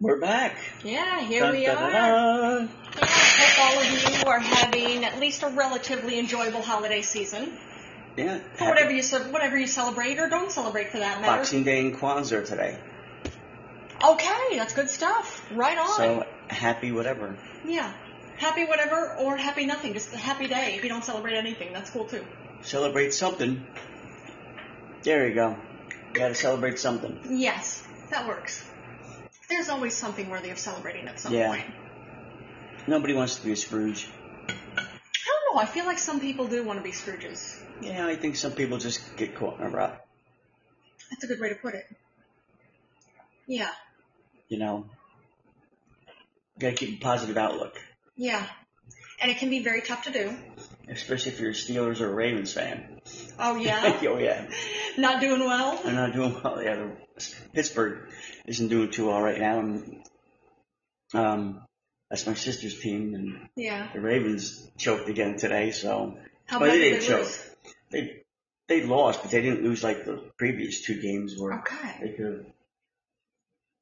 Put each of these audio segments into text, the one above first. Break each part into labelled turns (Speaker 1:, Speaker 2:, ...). Speaker 1: We're back.
Speaker 2: Yeah, here we are.
Speaker 1: Dun-dun-dun-dun.
Speaker 2: Yeah, I hope all of you are having at least a relatively enjoyable holiday season.
Speaker 1: Yeah.
Speaker 2: For whatever you ce- whatever you celebrate or don't celebrate for that matter.
Speaker 1: Boxing Day and Kwanzaa today.
Speaker 2: Okay, that's good stuff. Right on.
Speaker 1: So happy whatever.
Speaker 2: yeah. Happy whatever or happy nothing. Just a happy day if you don't celebrate anything. That's cool too.
Speaker 1: Celebrate something. There you go. You gotta celebrate something.
Speaker 2: Yes, that works. There's always something worthy of celebrating at some
Speaker 1: Yeah.
Speaker 2: point.
Speaker 1: Nobody wants to be a Scrooge.
Speaker 2: I don't know. I feel like some people do want to be Scrooges.
Speaker 1: Yeah, I think some people just get caught in a rut.
Speaker 2: That's a good way to put it. Yeah.
Speaker 1: You know. gotta keep a positive outlook,
Speaker 2: Yeah. And it can be very tough to do.
Speaker 1: especially if you're a Steelers or Ravens fan.
Speaker 2: Oh, yeah?
Speaker 1: oh yeah.
Speaker 2: Not doing well?
Speaker 1: They're not doing well. Yeah, they're- Pittsburgh isn't doing too well right now, and um, that's my sister's team, and
Speaker 2: Yeah.
Speaker 1: the Ravens choked again today. So
Speaker 2: How
Speaker 1: Well,
Speaker 2: bad
Speaker 1: they
Speaker 2: did
Speaker 1: didn't
Speaker 2: they
Speaker 1: choke.
Speaker 2: lose?
Speaker 1: they they lost, but they didn't lose like the previous two games where
Speaker 2: Okay.
Speaker 1: they could. have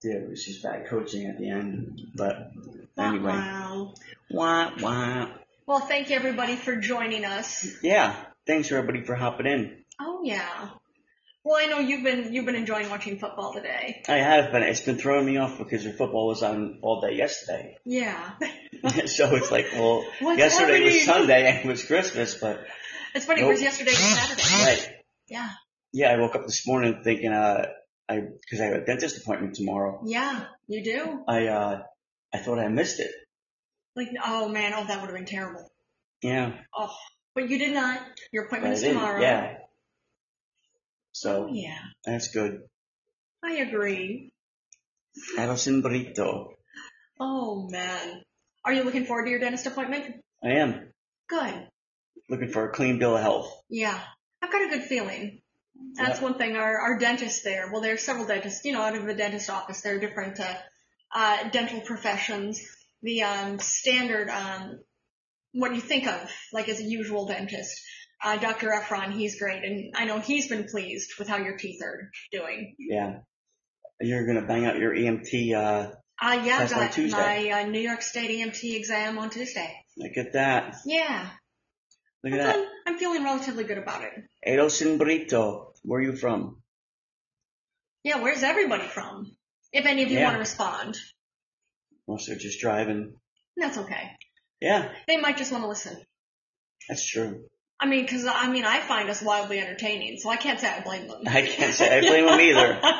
Speaker 1: Yeah, it was just bad coaching at the end. But anyway,
Speaker 2: Wow.
Speaker 1: wah wah.
Speaker 2: Well, thank you everybody for joining us.
Speaker 1: Yeah, thanks everybody for hopping in.
Speaker 2: Oh yeah. Well, I know you've been you've been enjoying watching football today.
Speaker 1: I have been. It's been throwing me off because the football was on all day yesterday.
Speaker 2: Yeah.
Speaker 1: so it's like, well,
Speaker 2: What's
Speaker 1: yesterday was
Speaker 2: happening?
Speaker 1: Sunday and it was Christmas, but
Speaker 2: It's funny because
Speaker 1: Nope.
Speaker 2: yesterday was Saturday.
Speaker 1: right.
Speaker 2: Yeah.
Speaker 1: Yeah, I woke up this morning thinking, uh, I because I have a dentist appointment tomorrow.
Speaker 2: Yeah, you do.
Speaker 1: I uh, I thought I missed it.
Speaker 2: Like, oh man, oh that would have been terrible.
Speaker 1: Yeah,
Speaker 2: Oh, but you did not.
Speaker 1: but
Speaker 2: Your
Speaker 1: I
Speaker 2: appointment is
Speaker 1: didn't.
Speaker 2: tomorrow. Oh,
Speaker 1: Yeah. So
Speaker 2: Yeah,
Speaker 1: that's good.
Speaker 2: I agree.
Speaker 1: Adelson burrito.
Speaker 2: Oh man, are you looking forward to your dentist appointment?
Speaker 1: I am
Speaker 2: Good.
Speaker 1: looking for a clean bill of health.
Speaker 2: Yeah, I've got a good feeling. That's
Speaker 1: Yeah.
Speaker 2: one thing. Our our dentist there. Well, there are several dentists. You know, out of the dentist office, there are different uh, uh, dental professions. The um, standard, um, what you think of, like as a usual dentist, uh, Dr. Efron, he's great, and I know he's been pleased with how your teeth are doing.
Speaker 1: Yeah. You're gonna bang out your EMT. Uh,
Speaker 2: Uh, yeah,
Speaker 1: That's on
Speaker 2: got
Speaker 1: Tuesday.
Speaker 2: my uh, New York State EMT exam on Tuesday.
Speaker 1: look at that.
Speaker 2: Yeah,
Speaker 1: Look
Speaker 2: I'm,
Speaker 1: at that.
Speaker 2: feeling, I'm feeling relatively good about it.
Speaker 1: Adelson burrito. Where are you from?
Speaker 2: Yeah, where's everybody from? If any of you
Speaker 1: Yeah.
Speaker 2: want to respond,
Speaker 1: Unless they're just driving.
Speaker 2: that's okay.
Speaker 1: Yeah,
Speaker 2: They might just want to listen.
Speaker 1: that's true.
Speaker 2: I mean, 'cause I mean, I find us wildly entertaining, so I can't say I blame them.
Speaker 1: I can't say I blame him either.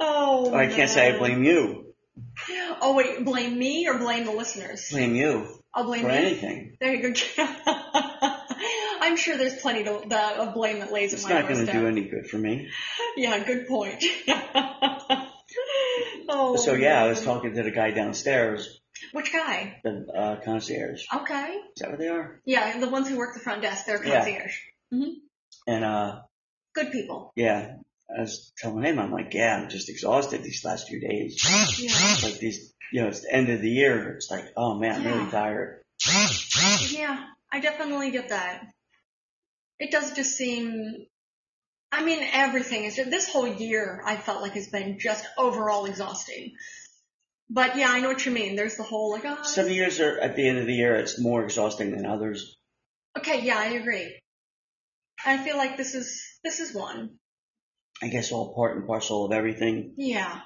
Speaker 2: oh,
Speaker 1: Or I can't say I
Speaker 2: man.
Speaker 1: blame you.
Speaker 2: Oh wait, blame me or blame the listeners?
Speaker 1: Blame you
Speaker 2: I'll blame
Speaker 1: for
Speaker 2: you.
Speaker 1: anything.
Speaker 2: There you go. I'm sure there's plenty to, that, of blame that lays
Speaker 1: It's
Speaker 2: at my
Speaker 1: not going to
Speaker 2: doorstep.
Speaker 1: do any good for me.
Speaker 2: Yeah, good point. oh.
Speaker 1: So yeah, I
Speaker 2: man.
Speaker 1: was talking to the guy downstairs,
Speaker 2: Which guy?
Speaker 1: the uh, concierge. Is
Speaker 2: Okay.
Speaker 1: that what they are?
Speaker 2: Yeah, the ones who work the front desk, they're
Speaker 1: Yeah.
Speaker 2: concierge.
Speaker 1: And uh,
Speaker 2: Good people.
Speaker 1: yeah, I was telling him, I'm like, yeah, I'm just exhausted these last few days.
Speaker 2: Yeah.
Speaker 1: It's like these, you know, it's the end of the year. It's like, oh man, I'm really
Speaker 2: Yeah.
Speaker 1: tired.
Speaker 2: Yeah, I definitely get that. It does just seem. I mean, everything is. This whole year, I felt like has been just overall exhausting. But yeah, I know what you mean. There's the whole like, oh,
Speaker 1: Some years are at the end of the year, it's more exhausting than others.
Speaker 2: okay, yeah, I agree. I feel like this is this is one.
Speaker 1: I guess all part and parcel of everything
Speaker 2: Yeah,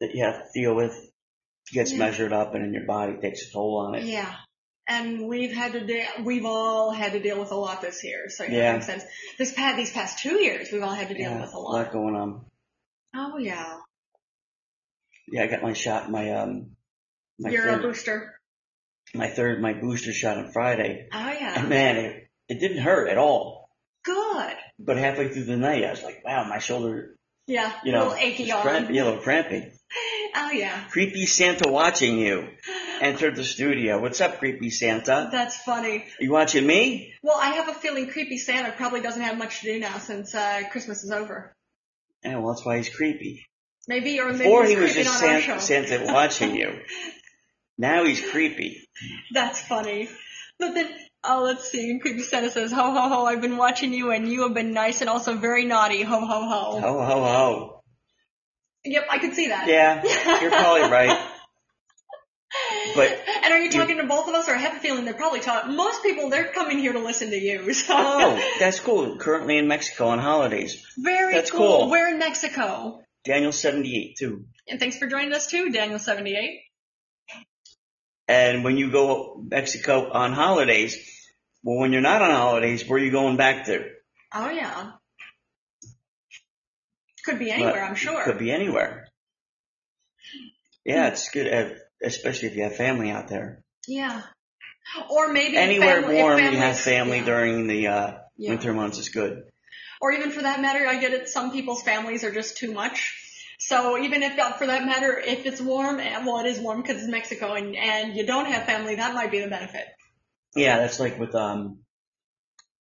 Speaker 1: that you have to deal with gets
Speaker 2: Yeah.
Speaker 1: measured up, and then your body takes a toll on it.
Speaker 2: yeah. And we've had to deal. We've all had to deal with a lot this year. So yeah,
Speaker 1: Yeah.
Speaker 2: it makes sense. This past these past two years, we've all had to deal
Speaker 1: yeah,
Speaker 2: with a lot.
Speaker 1: going on.
Speaker 2: Oh yeah,
Speaker 1: Yeah, I got my shot, my um, my
Speaker 2: you're a
Speaker 1: third,
Speaker 2: booster.
Speaker 1: my third, my booster shot on Friday.
Speaker 2: Oh yeah,
Speaker 1: And man, it, it didn't hurt at all.
Speaker 2: good.
Speaker 1: But halfway through the night, I was like, wow, my shoulder,
Speaker 2: Yeah,
Speaker 1: you know,
Speaker 2: little achy
Speaker 1: is
Speaker 2: arm.
Speaker 1: cramp- you know, crampy.
Speaker 2: Oh yeah,
Speaker 1: Creepy Santa watching you entered the studio. What's up, Creepy Santa?
Speaker 2: that's funny.
Speaker 1: You watching me?
Speaker 2: Well, I have a feeling creepy Santa probably doesn't have much to do now since uh, Christmas is over.
Speaker 1: Yeah, well, that's why he's creepy.
Speaker 2: Maybe or maybe
Speaker 1: Before he
Speaker 2: he's
Speaker 1: was
Speaker 2: creeping
Speaker 1: just
Speaker 2: on our
Speaker 1: Santa,
Speaker 2: show.
Speaker 1: Santa watching you. Now he's creepy.
Speaker 2: That's funny. But then, oh, let's see. Creepy Santa says, "Ho ho ho! I've been watching you, and you have been nice and also very naughty. Ho ho ho!"
Speaker 1: Ho, ho, ho.
Speaker 2: Yep, I could see that.
Speaker 1: Oh. Yeah, you're probably right. But
Speaker 2: and are you talking to both of us, or I have a feeling they're probably talking. Most people they're coming here to listen to you. So
Speaker 1: oh, that's cool. Currently in Mexico on holidays.
Speaker 2: very
Speaker 1: that's
Speaker 2: cool.
Speaker 1: cool.
Speaker 2: We're in Mexico,
Speaker 1: Daniel seventy eight too.
Speaker 2: and thanks for joining us too, Daniel seventy eight.
Speaker 1: And when you go Mexico on holidays, well, when you're not on holidays, where are you going back to?
Speaker 2: Oh yeah, could be anywhere,
Speaker 1: But
Speaker 2: I'm
Speaker 1: it
Speaker 2: sure.
Speaker 1: Could be anywhere. Yeah, it's good, uh, especially if you have family out there.
Speaker 2: Yeah, or maybe
Speaker 1: Anywhere
Speaker 2: family, if
Speaker 1: warm, you
Speaker 2: families-
Speaker 1: have family
Speaker 2: yeah,
Speaker 1: during the uh,
Speaker 2: yeah.
Speaker 1: winter months is good.
Speaker 2: or even for that matter, I get it. Some people's families are just too much. So even if, for that matter, if it's warm, and well, it is warm because it's Mexico, and and you don't have family, that might be the benefit.
Speaker 1: Yeah, that's like with um,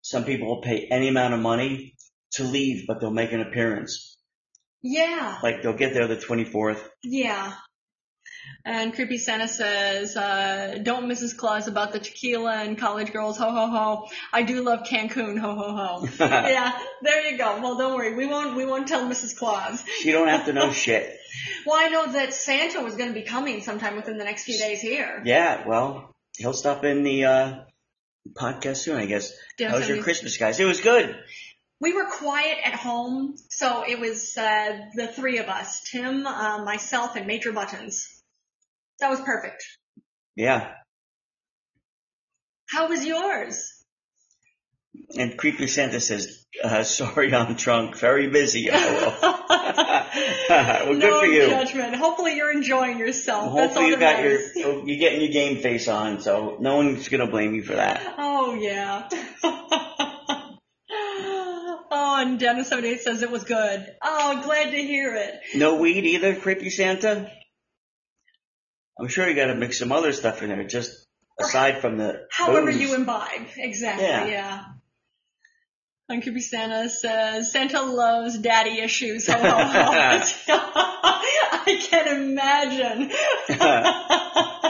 Speaker 1: some people will pay any amount of money to leave, but they'll make an appearance.
Speaker 2: Yeah,
Speaker 1: Like they'll get there the 24th.
Speaker 2: yeah. And creepy Santa says, uh, "Don't Mrs. Claus about the tequila and college girls. Ho ho ho. I do love Cancun. Ho ho ho. yeah, there you go. Well, don't worry. We won't. We won't tell Mrs. Claus.
Speaker 1: you don't have to know shit.
Speaker 2: Well, I know that Santa was going to be coming sometime within the next few days here.
Speaker 1: Yeah, well, he'll stop in the uh, podcast soon, I guess.
Speaker 2: Did I
Speaker 1: How was
Speaker 2: send
Speaker 1: your
Speaker 2: you-
Speaker 1: Christmas, guys? It was good.
Speaker 2: we were quiet at home, so it was uh, the three of us: Tim, uh, myself, and Major Buttons. That was perfect.
Speaker 1: Yeah,
Speaker 2: How was yours?
Speaker 1: and Creepy Santa says, uh, "Sorry, I'm drunk. Very busy." Oh, well, good
Speaker 2: no
Speaker 1: for you.
Speaker 2: judgment. Hopefully, you're enjoying yourself. That's all
Speaker 1: Hopefully, you
Speaker 2: that
Speaker 1: got
Speaker 2: matters.
Speaker 1: your you getting your game face on, so no one's gonna blame you for that.
Speaker 2: Oh yeah. oh, and Dennis seventy eight says it was good. Oh, glad to hear it.
Speaker 1: No weed either, Creepy Santa. I'm sure you got to mix some other stuff in there, just aside from the
Speaker 2: However
Speaker 1: booze.
Speaker 2: you imbibe. Exactly,
Speaker 1: Yeah.
Speaker 2: yeah. Uncle Santa says, Santa loves daddy issues. Ho, ho, ho. I can imagine. oh,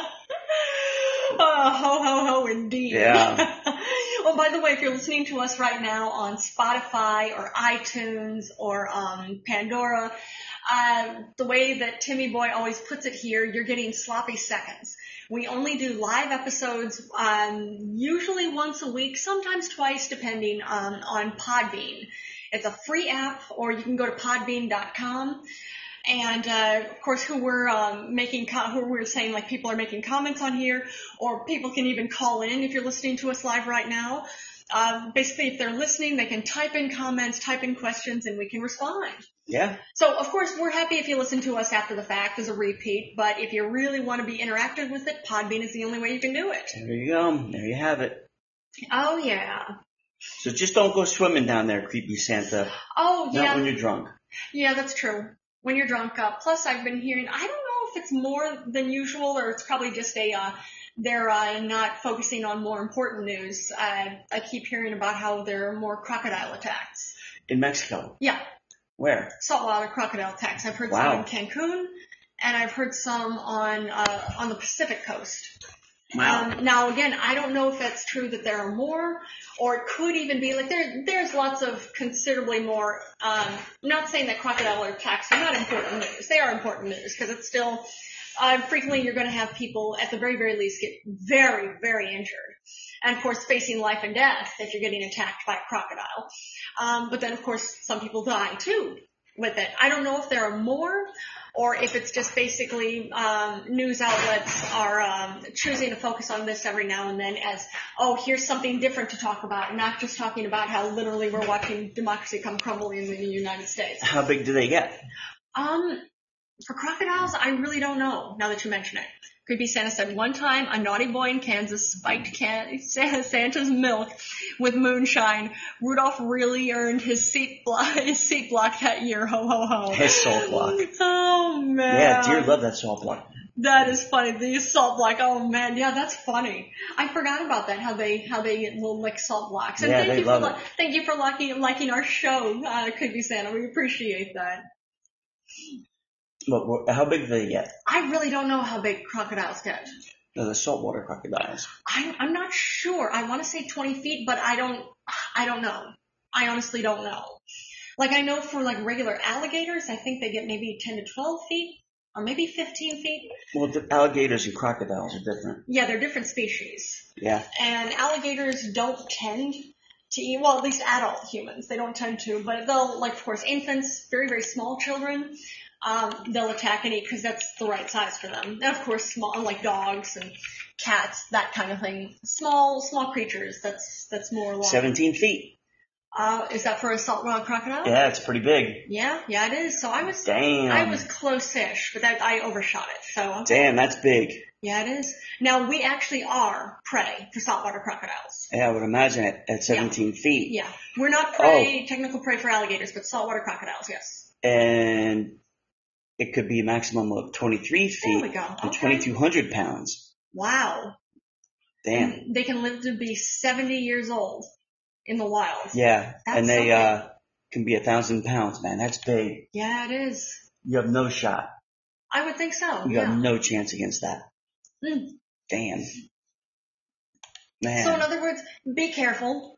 Speaker 2: ho, ho, ho, indeed.
Speaker 1: Yeah.
Speaker 2: well, by the way, if you're listening to us right now on Spotify or iTunes or um, Pandora, uh, the way that Timmy Boy always puts it here, you're getting sloppy seconds. We only do live episodes um, usually once a week, sometimes twice, depending um, on Podbean. It's a free app, or you can go to podbean.com. And uh, of course, who we're um, making, co- who we're saying like people are making comments on here, or people can even call in if you're listening to us live right now. Uh, basically, if they're listening, they can type in comments, type in questions, and we can respond.
Speaker 1: yeah,
Speaker 2: So, of course, we're happy if you listen to us after the fact as a repeat, but if you really want to be interactive with it, Podbean is the only way you can do it.
Speaker 1: there you go. There you have it.
Speaker 2: Oh, yeah.
Speaker 1: So just don't go swimming down there, Creepy Santa.
Speaker 2: Oh,
Speaker 1: Not
Speaker 2: yeah.
Speaker 1: when you're drunk.
Speaker 2: Yeah, that's true. When you're drunk up. Plus, I've been hearing, I don't know if it's more than usual or it's probably just a, uh, they're uh, not focusing on more important news. I, I keep hearing about how there are more crocodile attacks.
Speaker 1: In Mexico.
Speaker 2: Yeah,
Speaker 1: Where?
Speaker 2: saltwater crocodile attacks. I've heard
Speaker 1: Wow.
Speaker 2: some in Cancun, and I've heard some on uh, on the Pacific coast. Um, now again, I don't know if that's true that there are more, or it could even be like there. There's lots of considerably more. Um, not saying that crocodile attacks are not important news. They are important news because it's still uh, frequently you're going to have people at the very very least get very very injured, and of course facing life and death if you're getting attacked by a crocodile. Um, but then of course some people die too with it. I don't know if there are more or if it's just basically um, news outlets are um, choosing to focus on this every now and then as, oh, here's something different to talk about, not just talking about how literally we're watching democracy come crumbling in the United States.
Speaker 1: How big do they get?
Speaker 2: Um, for crocodiles, I really don't know. Now that you mention it, creepy Santa said one time a naughty boy in Kansas spiked can- Santa- Santa's milk with moonshine. Rudolph really earned his seat block. His seat block that year. Ho ho ho.
Speaker 1: His salt block.
Speaker 2: Oh man.
Speaker 1: Yeah, dear love that salt block.
Speaker 2: That is funny. The salt block. Oh man, yeah, that's funny. I forgot about that. How they how they will lick salt blocks. And
Speaker 1: Yeah,
Speaker 2: thank
Speaker 1: they
Speaker 2: you
Speaker 1: love
Speaker 2: for li- thank you for liking liking our show, uh, Creepy Santa. We appreciate that.
Speaker 1: But wh- how big do they get?
Speaker 2: I really don't know how big crocodiles get.
Speaker 1: No, the saltwater crocodiles.
Speaker 2: I'm, I'm not sure. I want to say 20 feet, but I don't, I don't know. I honestly don't know. Like I know for like regular alligators, I think they get maybe 10 to 12 feet or maybe 15 feet.
Speaker 1: Well, the alligators and crocodiles are different.
Speaker 2: Yeah, they're different species.
Speaker 1: Yeah.
Speaker 2: And alligators don't tend to eat, well, at least adult humans, they don't tend to, but they'll, like, of course, infants, very, very small children, um, they'll attack and eat because that's the right size for them. And of course, small, like dogs and cats, that kind of thing. Small, small creatures, that's, that's more like,
Speaker 1: 17 feet.
Speaker 2: uh, is that for a saltwater crocodile?
Speaker 1: Yeah, it's pretty big.
Speaker 2: Yeah, yeah, it is. So I was,
Speaker 1: Damn.
Speaker 2: I was close-ish, but that, I overshot it, so.
Speaker 1: Damn, that's big.
Speaker 2: Yeah, it is. Now, we actually are prey for saltwater crocodiles.
Speaker 1: Yeah, I would imagine it at 17 feet.
Speaker 2: Yeah. We're not prey,
Speaker 1: Oh.
Speaker 2: technical prey for alligators, but saltwater crocodiles, yes.
Speaker 1: And it could be a maximum of 23
Speaker 2: There
Speaker 1: feet
Speaker 2: we go.
Speaker 1: and
Speaker 2: Okay.
Speaker 1: 2,200 pounds.
Speaker 2: Wow.
Speaker 1: Damn.
Speaker 2: And They can live to be 70 years old in the wild.
Speaker 1: Yeah,
Speaker 2: That's
Speaker 1: and they
Speaker 2: something.
Speaker 1: uh, can be a thousand pounds, man. That's big.
Speaker 2: Yeah, it is.
Speaker 1: You have no shot.
Speaker 2: I would think so.
Speaker 1: You
Speaker 2: yeah.
Speaker 1: have no chance against that.
Speaker 2: Mm.
Speaker 1: Damn. Man.
Speaker 2: So in other words, be careful.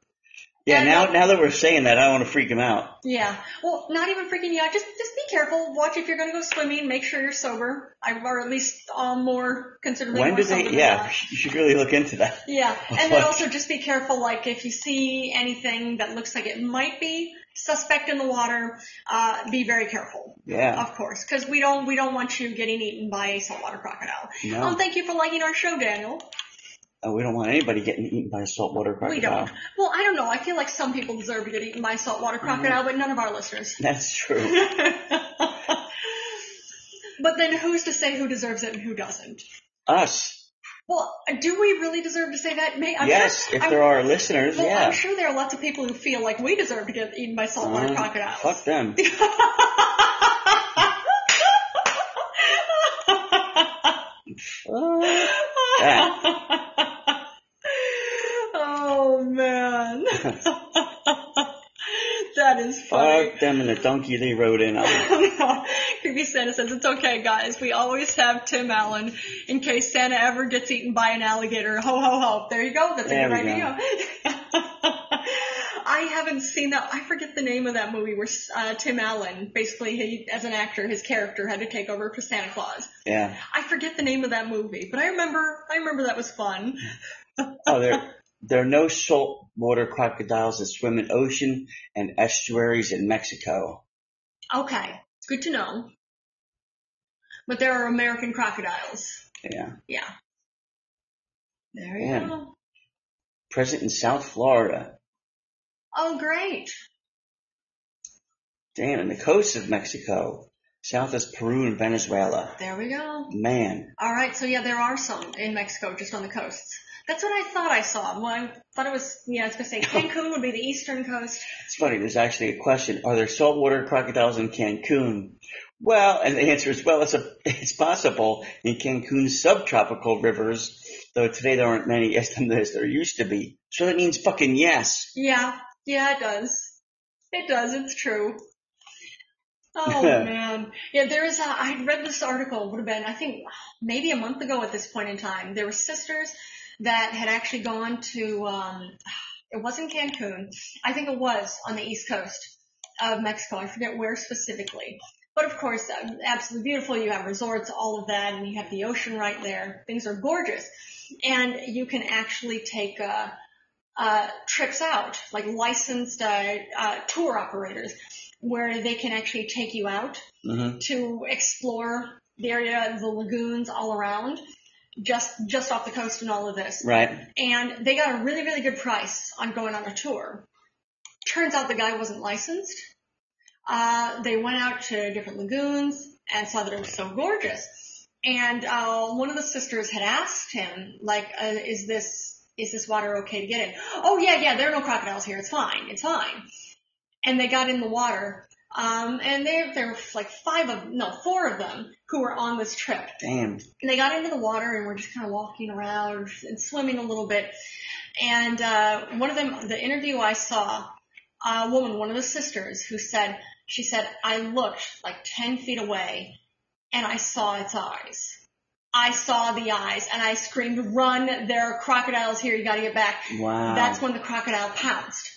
Speaker 1: yeah,
Speaker 2: and-
Speaker 1: now now that we're saying that, I want to freak him out.
Speaker 2: Yeah. Well, not even freaking you out. Just, just be careful. Watch if you're gonna go swimming. Make sure you're sober. I, or at least um, more considerably
Speaker 1: when
Speaker 2: more
Speaker 1: do
Speaker 2: sober
Speaker 1: they?
Speaker 2: than
Speaker 1: Yeah,
Speaker 2: not.
Speaker 1: you should really look into that.
Speaker 2: Yeah, and then
Speaker 1: Like-
Speaker 2: also just be careful, like if you see anything that looks like it might be suspect in the water, uh, be very careful,
Speaker 1: Yeah.
Speaker 2: of course, because we don't we don't want you getting eaten by a saltwater crocodile.
Speaker 1: No,
Speaker 2: Um, thank you for liking our show, Daniel.
Speaker 1: Uh, we don't want anybody getting eaten by a saltwater crocodile.
Speaker 2: We don't. Well, I don't know. I feel like some people deserve to get eaten by a saltwater crocodile, but none of our listeners.
Speaker 1: That's Mm-hmm. true.
Speaker 2: but then who's to say who deserves it and who doesn't?
Speaker 1: Us.
Speaker 2: Well, do we really deserve to say that? May I'm
Speaker 1: yes,
Speaker 2: sure,
Speaker 1: if
Speaker 2: I'm
Speaker 1: there are listeners,
Speaker 2: Well,
Speaker 1: yeah.
Speaker 2: I'm sure there are lots of people who feel like we deserve to get eaten by saltwater
Speaker 1: Um,
Speaker 2: crocodiles.
Speaker 1: Fuck them. Fuck
Speaker 2: oh man, that is funny.
Speaker 1: Fuck them and the donkey they rode in Oh, on.
Speaker 2: no, creepy Santa says it's okay, guys. We always have Tim Allen in case Santa ever gets eaten by an alligator. Ho ho ho! There you go. That's a
Speaker 1: There
Speaker 2: good
Speaker 1: we go.
Speaker 2: idea. I haven't seen that. I forget the name of that movie where uh, Tim Allen, basically, he, as an actor, his character had to take over for Santa Claus.
Speaker 1: Yeah.
Speaker 2: I forget the name of that movie, but I remember. I remember that was fun.
Speaker 1: Oh, there, there are no saltwater crocodiles that swim in ocean and estuaries in Mexico.
Speaker 2: Okay, it's good to know. But there are American crocodiles.
Speaker 1: Yeah.
Speaker 2: Yeah. There you
Speaker 1: Yeah.
Speaker 2: go.
Speaker 1: Present in South Florida.
Speaker 2: Oh, great.
Speaker 1: Damn, and the coast of Mexico. South is Peru and Venezuela.
Speaker 2: There we go.
Speaker 1: Man.
Speaker 2: All right, so yeah, there are some in Mexico, just on the coasts. That's what I thought I saw. Well, I thought it was, yeah, I was going to say Cancun would be the eastern coast.
Speaker 1: It's funny, there's actually a question. Are there saltwater crocodiles in Cancun? Well, and the answer is well, it's, a, it's possible in Cancun's subtropical rivers, though today there aren't many as there used to be. So that means fucking yes.
Speaker 2: Yeah, yeah, it does. It does, it's true. Oh, man. Yeah, there is a, I had read this article, would have been, I think, maybe a month ago at this point in time. There were sisters that had actually gone to, um, it wasn't Cancun. I think it was on the east coast of Mexico. I forget where specifically. But of course, um, absolutely beautiful. You have resorts, all of that, and you have the ocean right there. Things are gorgeous. And you can actually take, uh, uh, trips out, like licensed uh, uh, tour operators, where they can actually take you out
Speaker 1: hmm
Speaker 2: to explore the area, the lagoons all around, just just off the coast and all of this.
Speaker 1: Right.
Speaker 2: And they got a really really good price on going on a tour. Turns out the guy wasn't licensed. Uh, they went out to different lagoons and saw that it was so gorgeous. And uh, one of the sisters had asked him, like, uh, "Is this is this water okay to get in?" Oh yeah, yeah. There are no crocodiles here. It's fine. It's fine. And they got in the water. Um, and there there were like five of no four of them who were on this trip.
Speaker 1: Damn.
Speaker 2: And they got into the water and were just kind of walking around and swimming a little bit. And uh, one of them, the interview I saw, a woman, one of the sisters, who said, she said, I looked like 10 feet away and I saw its eyes. I saw the eyes and I screamed, run, there are crocodiles here, you gotta get back.
Speaker 1: Wow.
Speaker 2: That's when the crocodile pounced.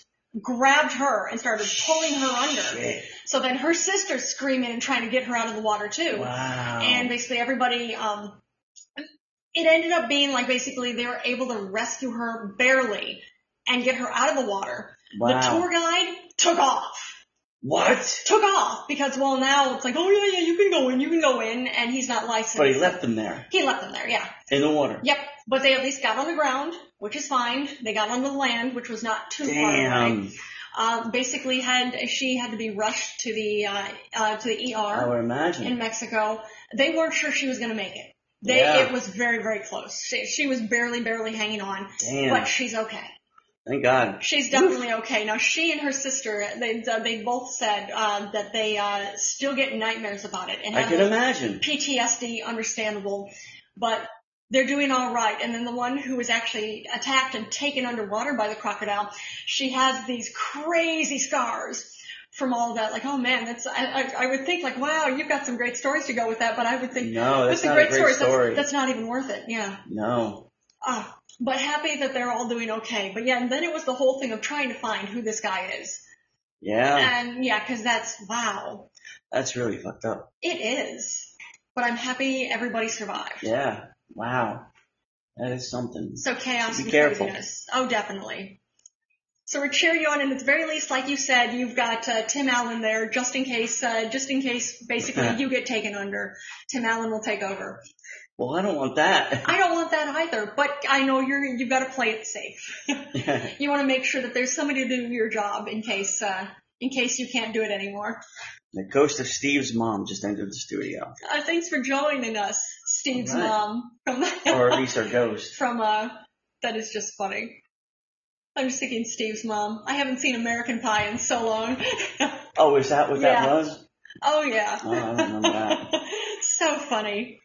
Speaker 2: grabbed her and started pulling her under.
Speaker 1: Shit.
Speaker 2: So then her sister's screaming and trying to get her out of the water too.
Speaker 1: Wow.
Speaker 2: And basically everybody, um, it ended up being like basically they were able to rescue her barely and get her out of the water.
Speaker 1: wow.
Speaker 2: The tour guide took off.
Speaker 1: what?
Speaker 2: Took off because well now it's like, oh yeah, yeah, you can go in, you can go in and he's not licensed.
Speaker 1: But he left them there
Speaker 2: He left them there, yeah.
Speaker 1: in the water.
Speaker 2: Yep. But they at least got on the ground, which is fine. They got on the land, which was not too far away.
Speaker 1: Damn.
Speaker 2: Um, basically, had she had to be rushed to the uh, uh, to the
Speaker 1: I
Speaker 2: ER
Speaker 1: would imagine.
Speaker 2: in Mexico. They weren't sure she was going to make it. They,
Speaker 1: Yeah.
Speaker 2: It was very, very close. She, she was barely, barely hanging on,
Speaker 1: Damn.
Speaker 2: but she's okay.
Speaker 1: Thank God.
Speaker 2: She's definitely okay. Now, she and her sister, they they both said uh, that they uh, still get nightmares about it and
Speaker 1: I
Speaker 2: have
Speaker 1: can imagine.
Speaker 2: PTSD, understandable, but they're doing all right. And then the one who was actually attacked and taken underwater by the crocodile, she has these crazy scars from all of that. Like, oh man, that's, I, I, I would think like, wow, you've got some great stories to go with that, but I would think
Speaker 1: No, that's
Speaker 2: with the
Speaker 1: not
Speaker 2: great,
Speaker 1: a great
Speaker 2: stories,
Speaker 1: story.
Speaker 2: That's, that's not even worth it. Yeah.
Speaker 1: no.
Speaker 2: Uh, but happy that they're all doing okay. But yeah, and then it was the whole thing of trying to find who this guy is.
Speaker 1: Yeah.
Speaker 2: And yeah, cause that's, wow,
Speaker 1: That's really fucked up.
Speaker 2: it is. But I'm happy everybody survived.
Speaker 1: Yeah. Wow. That is something.
Speaker 2: So chaos
Speaker 1: Be
Speaker 2: and
Speaker 1: careful.
Speaker 2: craziness. Oh, definitely. So we're cheering you on, and at the very least, like you said, you've got uh, Tim Allen there, just in case, uh, just in case, basically, you get taken under. Tim Allen will take over.
Speaker 1: Well, I don't want that.
Speaker 2: I don't want that either, but I know you're, you've got to play it safe. you want to make sure that there's somebody to do your job in case, uh, in case you can't do it anymore.
Speaker 1: the ghost of Steve's mom just entered the studio.
Speaker 2: Uh, thanks for joining us, Steve's
Speaker 1: All right.
Speaker 2: mom from
Speaker 1: Or at least our ghost.
Speaker 2: from uh that is just funny. I'm just thinking Steve's mom. I haven't seen American Pie in so long.
Speaker 1: Oh, is that what that
Speaker 2: Yeah.
Speaker 1: was?
Speaker 2: oh yeah.
Speaker 1: Oh, I don't remember that.
Speaker 2: so funny.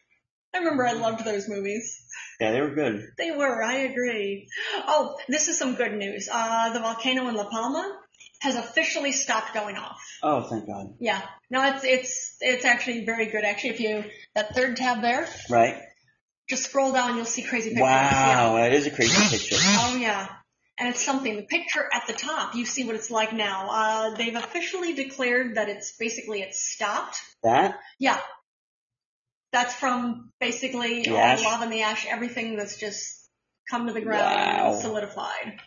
Speaker 2: I remember I loved those movies.
Speaker 1: Yeah, they were good.
Speaker 2: They were, I agree. Oh, this is some good news. Uh the volcano in La Palma has officially stopped going off.
Speaker 1: Oh, thank God.
Speaker 2: Yeah. No, it's it's it's actually very good. Actually if you that third tab there,
Speaker 1: Right?
Speaker 2: just scroll down you'll see crazy pictures. Yeah.
Speaker 1: Wow, that is a crazy picture.
Speaker 2: Oh yeah. And it's something. The picture at the top, you see what it's like now. Uh, they've officially declared that it's basically it's stopped.
Speaker 1: That?
Speaker 2: Yeah. That's from basically
Speaker 1: The
Speaker 2: all
Speaker 1: ash?
Speaker 2: the lava and the ash, everything that's just come to the ground
Speaker 1: Wow.
Speaker 2: and solidified,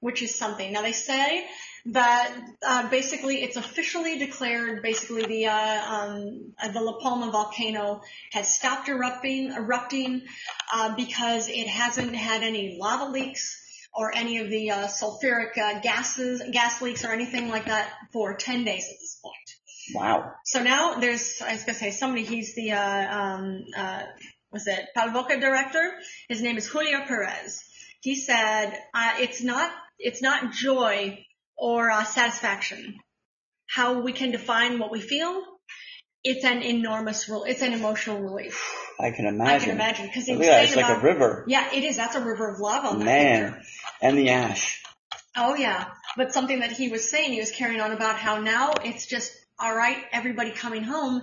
Speaker 2: which is something. Now they say that uh, basically it's officially declared. Basically, the uh, um, uh, the La Palma volcano has stopped erupting erupting uh, because it hasn't had any lava leaks. Or any of the uh, sulfuric uh, gases, gas leaks, or anything like that for 10 days at this point.
Speaker 1: Wow.
Speaker 2: So now there's, I was gonna say somebody. He's the uh, um, uh, was it Palvoca director? His name is Julio Perez. He said uh, it's not it's not joy or uh, satisfaction. How we can define what we feel. It's an enormous, rel- it's an emotional relief.
Speaker 1: I can imagine.
Speaker 2: I can imagine because he
Speaker 1: Look
Speaker 2: was
Speaker 1: at that. It's
Speaker 2: saying
Speaker 1: like
Speaker 2: about
Speaker 1: a river.
Speaker 2: yeah, it is. That's a river of love on that picture.
Speaker 1: Man. And the ash.
Speaker 2: Oh yeah, but something that he was saying, he was carrying on about how now it's just all right, everybody coming home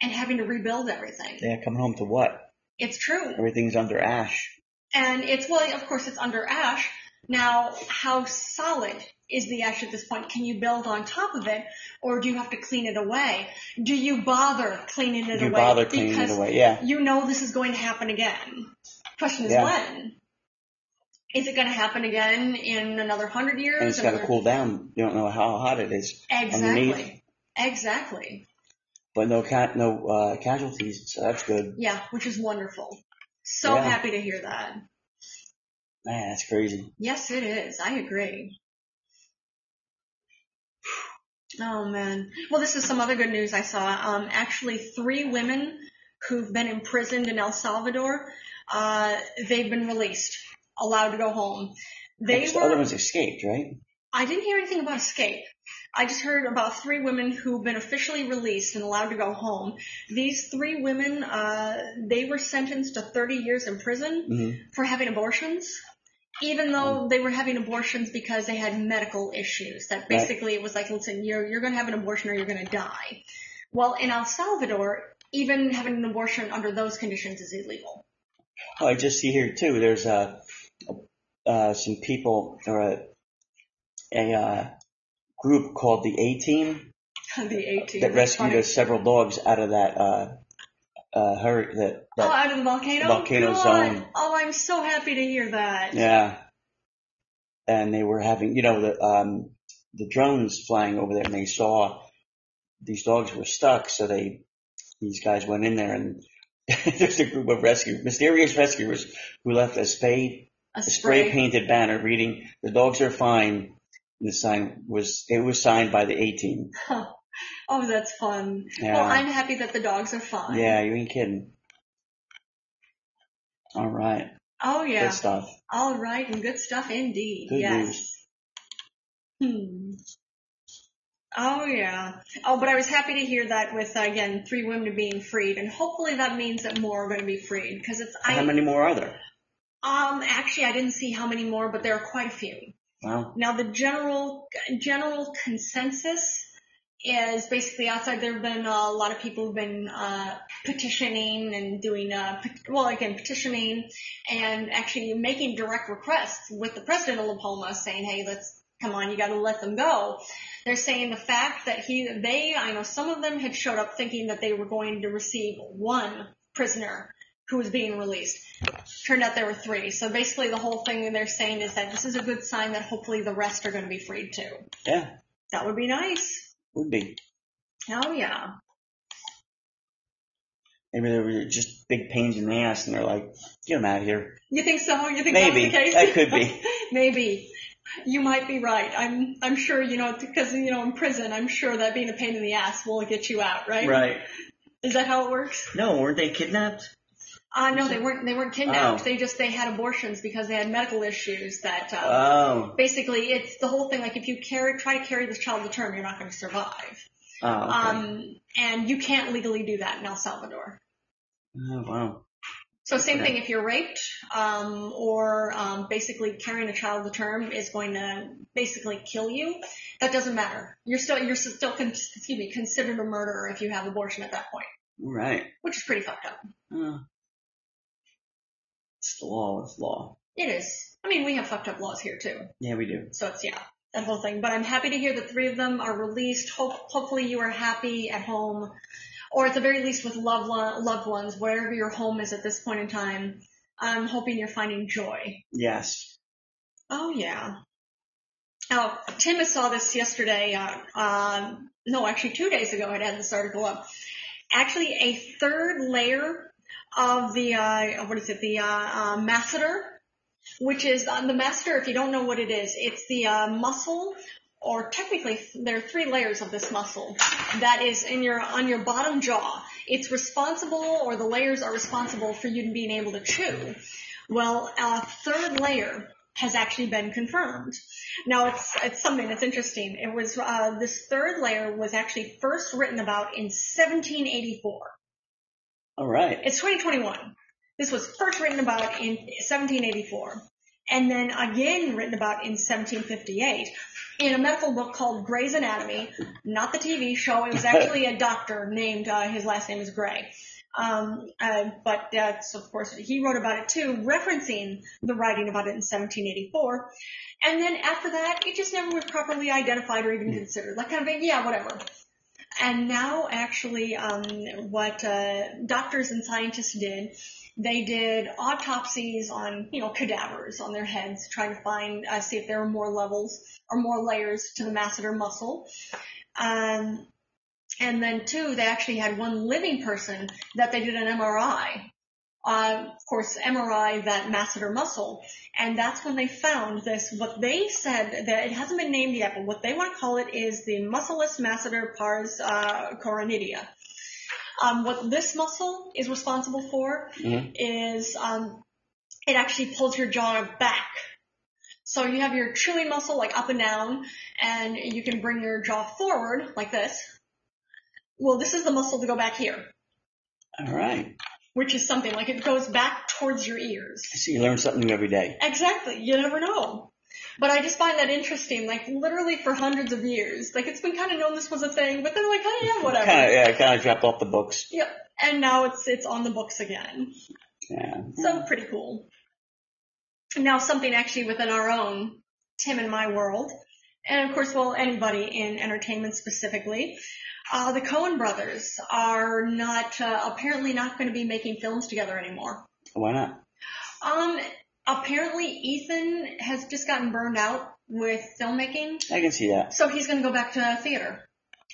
Speaker 2: and having to rebuild everything.
Speaker 1: Yeah, coming home to what?
Speaker 2: It's true,
Speaker 1: Everything's under ash.
Speaker 2: and it's well, of course, it's under ash. Now, how solid is the ash at this point? Can you build on top of it, or do you have to clean it away? Do you bother cleaning it
Speaker 1: you
Speaker 2: away?
Speaker 1: bother cleaning
Speaker 2: because
Speaker 1: it away. Yeah.
Speaker 2: you know this is going to happen again. Question is
Speaker 1: Yeah.
Speaker 2: when? Is it going to happen again in another hundred years?
Speaker 1: And it's got to
Speaker 2: another-
Speaker 1: cool down. You don't know how hot it is.
Speaker 2: Exactly.
Speaker 1: underneath.
Speaker 2: Exactly.
Speaker 1: But no ca- no uh, casualties, so that's good.
Speaker 2: Yeah, which is wonderful. So
Speaker 1: Yeah.
Speaker 2: happy to hear that.
Speaker 1: Man, that's crazy.
Speaker 2: Yes, it is. I agree. Oh man. Well, this is some other good news I saw. Um, actually, three women who've been imprisoned in El Salvador, uh, they've been released, allowed to go home. They
Speaker 1: Because the
Speaker 2: were.
Speaker 1: other ones escaped, right?
Speaker 2: I didn't hear anything about escape. I just heard about three women who've been officially released and allowed to go home. These three women, uh, they were sentenced to 30 years in prison
Speaker 1: hmm
Speaker 2: for having abortions,
Speaker 1: Oh.
Speaker 2: even though they were having abortions because they had medical issues. That
Speaker 1: Right.
Speaker 2: basically it was like, listen, you're you're going to have an abortion or you're going to die. Well, in El Salvador, even having an abortion under those conditions is illegal.
Speaker 1: Oh, I just see here too. There's uh, uh, some people or uh, a uh, group called the A Team
Speaker 2: the 18.
Speaker 1: that rescued us several dogs out of that uh, uh, hur- that,
Speaker 2: Oh,
Speaker 1: that
Speaker 2: out of the volcano.
Speaker 1: Volcano
Speaker 2: God.
Speaker 1: zone.
Speaker 2: Oh, I'm so happy to hear that.
Speaker 1: yeah. And they were having, you know, the um, the drones flying over there, and they saw these dogs were stuck, so they these guys went in there and. There's a group of rescue, mysterious rescuers who left a spade
Speaker 2: A
Speaker 1: a spray
Speaker 2: spray.
Speaker 1: painted banner reading "The dogs are fine." And the sign was it was signed by the A team.
Speaker 2: Oh, that's fun.
Speaker 1: Yeah,
Speaker 2: Well, I'm happy that the dogs are fine.
Speaker 1: yeah, you ain't kidding. All right,
Speaker 2: Oh, yeah.
Speaker 1: good stuff.
Speaker 2: All right, and good stuff indeed.
Speaker 1: Good
Speaker 2: yes. Hmm. Oh yeah. Oh, but I was happy to hear that with uh, again three women being freed, and hopefully that means that more are going to be freed because it's I
Speaker 1: How many more are there?
Speaker 2: um actually I didn't see how many more, but there are quite a few.
Speaker 1: Well,
Speaker 2: Now the general general consensus is basically outside. There have been uh, a lot of people who've been uh, petitioning and doing uh, pet- well again petitioning and actually making direct requests with the president of Lipoma saying, hey, let's come on, you got to let them go. They're saying the fact that he they I know some of them had showed up thinking that they were going to receive one prisoner who was being released turned out there were three. So basically, the whole thing they're saying is that this is a good sign that hopefully the rest are going to be freed too.
Speaker 1: yeah,
Speaker 2: That would be nice.
Speaker 1: would be.
Speaker 2: Oh yeah.
Speaker 1: Maybe they were just big pains in the ass, and they're like, "Get them out of here."
Speaker 2: You think so? You think
Speaker 1: Maybe.
Speaker 2: that's the case?
Speaker 1: That could be.
Speaker 2: Maybe. You might be right. I'm I'm sure you know because you know in prison, I'm sure that being a pain in the ass will get you out, right?
Speaker 1: Right?
Speaker 2: Is that how it works?
Speaker 1: No, weren't they kidnapped?
Speaker 2: Uh, no, they weren't. They weren't kidnapped.
Speaker 1: Oh.
Speaker 2: They just they had abortions because they had medical issues that. Uh,
Speaker 1: Oh,
Speaker 2: Basically, it's the whole thing. Like, if you carry, try to carry this child to term, you're not going to survive.
Speaker 1: oh, okay.
Speaker 2: Um, and you can't legally do that in El Salvador.
Speaker 1: oh wow.
Speaker 2: So same
Speaker 1: Okay.
Speaker 2: thing if you're raped, um, or um, basically carrying a child to term is going to basically kill you. That doesn't matter. You're still you're still con- excuse me considered a murderer if you have abortion at that point,
Speaker 1: All right.
Speaker 2: which is pretty fucked up.
Speaker 1: Uh, it's the law. It's law.
Speaker 2: It is. I mean, we have fucked up laws here too.
Speaker 1: Yeah, we do.
Speaker 2: So it's yeah, that whole thing. But I'm happy to hear that three of them are released. Hope, hopefully you are happy at home, or at the very least with loved one, loved ones, wherever your home is at this point in time. I'm hoping you're finding joy.
Speaker 1: Yes.
Speaker 2: Oh yeah. Oh, Tim saw this yesterday. Uh, um, no, actually two days ago. I'd had this article up. Actually, a third layer of the uh, what is it? The uh, uh, masseter, which is uh, the masseter. If you don't know what it is, it's the uh, muscle, or technically there are three layers of this muscle that is in your on your bottom jaw. It's responsible, or the layers are responsible for you being able to chew. Well, a third layer has actually been confirmed. Now it's it's something that's interesting. It was uh, this third layer was actually first written about in 1784.
Speaker 1: All right.
Speaker 2: It's 2021. This was first written about in 1784, and then again written about in 1758 in a medical book called Gray's Anatomy, not the TV show. It was actually a doctor named uh, his last name is Gray. Um, uh, but that's of course he wrote about it too, referencing the writing about it in 1784. And then after that, it just never was properly identified or even considered. Like kind of a, yeah, whatever. And now, actually, um, what uh, doctors and scientists did, they did autopsies on, you know, cadavers on their heads, trying to find, uh, see if there were more levels or more layers to the masseter muscle. Um, and then, two, they actually had one living person that they did an MRI. Uh, of course, MRI that masseter muscle, and that's when they found this. What they said that it hasn't been named yet, but what they want to call it is the musculus masseter pars uh, coronidia. Um, what this muscle is responsible for
Speaker 1: Mhm.
Speaker 2: is um, it actually pulls your jaw back. So you have your chewing muscle like up and down, and you can bring your jaw forward like this. Well, this is the muscle to go back here,
Speaker 1: All right.
Speaker 2: which is something like it goes back towards your ears.
Speaker 1: So you learn something new every day.
Speaker 2: Exactly. You never know. But I just find that interesting. Like literally for hundreds of years, like it's been kind of known this was a thing, but then like, hey, yeah, whatever.
Speaker 1: Kind of, yeah, kind of dropped off the books.
Speaker 2: Yep. And now it's it's on the books again.
Speaker 1: Yeah.
Speaker 2: So pretty cool. Now something actually within our own Tim and my world and of course, well, anybody in entertainment specifically. Uh, the Cohen brothers are not uh, apparently not going to be making films together anymore.
Speaker 1: Why not?
Speaker 2: Um, apparently Ethan has just gotten burned out with filmmaking,
Speaker 1: I can see that.
Speaker 2: so he's going to go back to theater.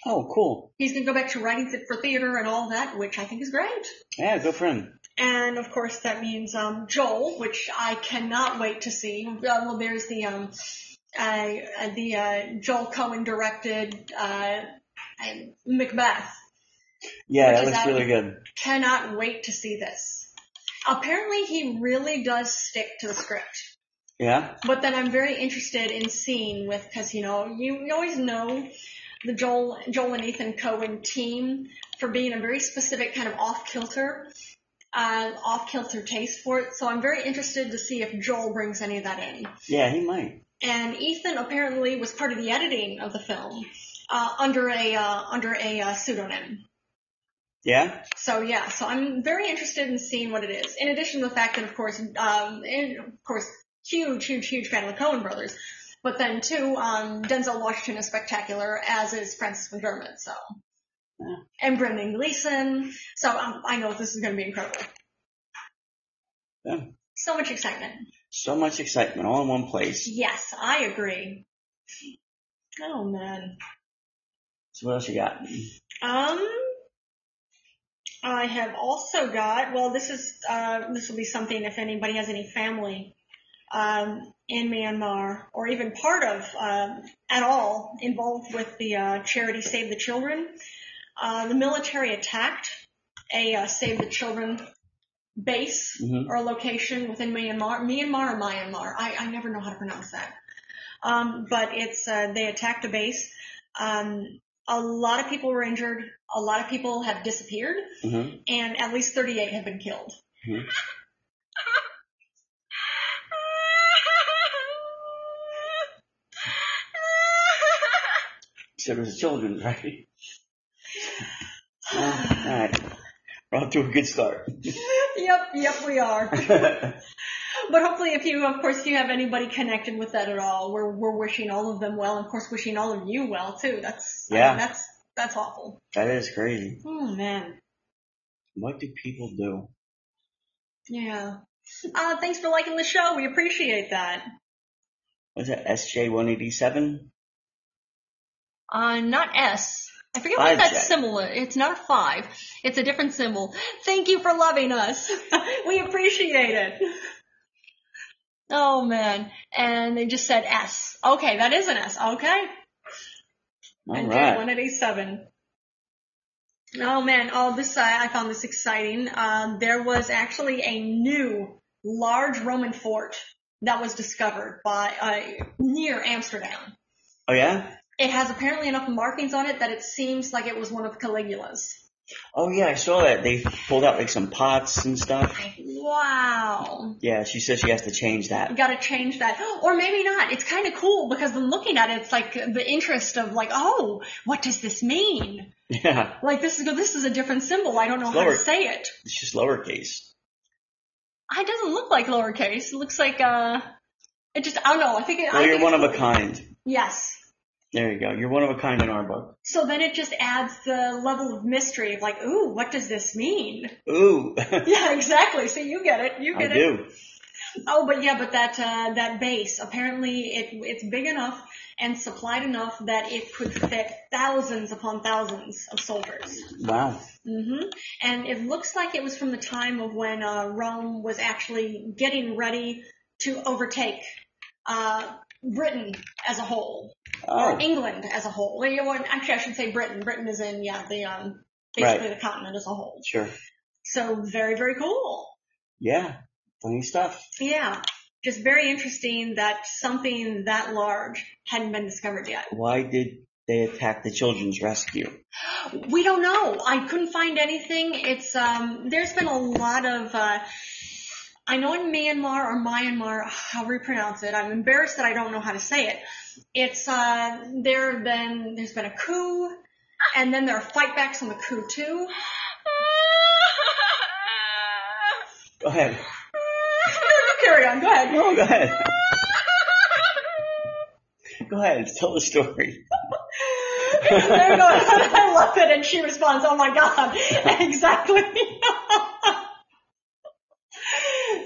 Speaker 1: Oh, cool.
Speaker 2: He's going to go back to writing th- for theater and all that, which I think is great.
Speaker 1: Yeah, good for him.
Speaker 2: And of course, that means um, Joel, which I cannot wait to see. Uh, well, there's the um, uh, the uh, Joel Cohen directed uh, Macbeth.
Speaker 1: Yeah,
Speaker 2: Which
Speaker 1: that
Speaker 2: is
Speaker 1: looks
Speaker 2: out-
Speaker 1: really good.
Speaker 2: Cannot wait to see this. Apparently, he really does stick to the script.
Speaker 1: Yeah.
Speaker 2: But then I'm very interested in seeing with because you know you always know the Joel Joel and Ethan Cohen team for being a very specific kind of off kilter, uh, off kilter taste for it. So I'm very interested to see if Joel brings any of that in.
Speaker 1: Yeah, he might.
Speaker 2: And Ethan apparently was part of the editing of the film uh, under a uh, under a uh, pseudonym.
Speaker 1: Yeah.
Speaker 2: So yeah, so I'm very interested in seeing what it is. In addition to the fact that of course, um, and of course, huge, huge, huge fan of the Coen Brothers, but then too, um, Denzel Washington is spectacular, as is Francis McDermott. So,
Speaker 1: Yeah.
Speaker 2: and Brendan Gleeson. So um, I know this is going to be incredible.
Speaker 1: Yeah.
Speaker 2: So much excitement.
Speaker 1: So much excitement all in one place.
Speaker 2: Yes, I agree. Oh man.
Speaker 1: So what else you got?
Speaker 2: Um, I have also got. Well, this is uh, this will be something if anybody has any family um, in Myanmar or even part of um, at all involved with the uh, charity Save the Children. Uh, the military attacked a uh, Save the Children base
Speaker 1: Mhm.
Speaker 2: or location within Myanmar. Myanmar or Myanmar? I, I never know how to pronounce that. Um, but it's uh, they attacked a base. Um, a lot of people were injured. A lot of people have disappeared,
Speaker 1: hmm
Speaker 2: and at least 38 have been killed.
Speaker 1: Mhm. So it was children, right? Uh, all right. We're off to a good start.
Speaker 2: yep, yep, we are.
Speaker 1: yeah,
Speaker 2: But hopefully, if you, of course, if you have anybody connected with that at all, we're we're wishing all of them well, and of course, wishing all of you well too. That's I mean,
Speaker 1: Yeah.
Speaker 2: that's that's awful.
Speaker 1: that is crazy.
Speaker 2: Oh man.
Speaker 1: What do people do?
Speaker 2: Yeah. Uh, thanks for liking the show. We appreciate that.
Speaker 1: Was it SJ187?
Speaker 2: Uh, not S. I forget what
Speaker 1: Five
Speaker 2: that
Speaker 1: J.
Speaker 2: symbol is. It's not a five. It's a different symbol. Thank you for loving us. we appreciate it. Oh man. And they just said S. Okay, that is an S. Okay.
Speaker 1: All
Speaker 2: and
Speaker 1: right.
Speaker 2: one at eighty-seven. Oh man, oh this I, I found this exciting. Um, there was actually a new large Roman fort that was discovered by uh, near Amsterdam.
Speaker 1: Oh yeah?
Speaker 2: It has apparently enough markings on it that it seems like it was one of Caligula's.
Speaker 1: Oh yeah, I saw that. They pulled out like some pots and stuff.
Speaker 2: Wow.
Speaker 1: Yeah, she says she has to change that.
Speaker 2: Gotta change that. Or maybe not. It's kind of cool because when looking at it, it's like the interest of like, oh, what does this mean?
Speaker 1: Yeah.
Speaker 2: Like this is, this is a different symbol. I don't know
Speaker 1: It's
Speaker 2: how to
Speaker 1: lower-
Speaker 2: say it.
Speaker 1: It's just lowercase.
Speaker 2: It doesn't look like lowercase. It looks like uh, it just I don't know. I think it. I
Speaker 1: Well, you're
Speaker 2: think
Speaker 1: one
Speaker 2: it's-
Speaker 1: of a kind.
Speaker 2: Yes.
Speaker 1: There you go. You're one of a kind in our book.
Speaker 2: So then it just adds the level of mystery of like, ooh, what does this mean?
Speaker 1: Ooh.
Speaker 2: Yeah, exactly. So you get it. You
Speaker 1: I
Speaker 2: get it.
Speaker 1: do.
Speaker 2: Oh, but yeah, but that uh, that base apparently it it's big enough and supplied enough that it could fit thousands upon thousands of soldiers.
Speaker 1: Wow.
Speaker 2: hmm And it looks like it was from the time of when uh, Rome was actually getting ready to overtake uh, Britain as a whole,
Speaker 1: Oh.
Speaker 2: or England as a whole. Well, you know what, Actually, I should say Britain. Britain is in yeah the um, basically the continent as a whole.
Speaker 1: Sure.
Speaker 2: So very very cool.
Speaker 1: Yeah. Funny stuff.
Speaker 2: Yeah, just very interesting that something that large hadn't been discovered yet.
Speaker 1: Why did they attack the children's rescue?
Speaker 2: We don't know. I couldn't find anything. It's um. There's been a lot of. Uh, I know in Myanmar or Myanmar, however you pronounce it. I'm embarrassed that I don't know how to say it. It's uh. There have been. There's been a coup, and then there are fightbacks on the coup too.
Speaker 1: Go ahead.
Speaker 2: Carry on. Go ahead.
Speaker 1: No, go ahead. go ahead, tell the story.
Speaker 2: And they're going, I love it. And she responds, oh my God, exactly.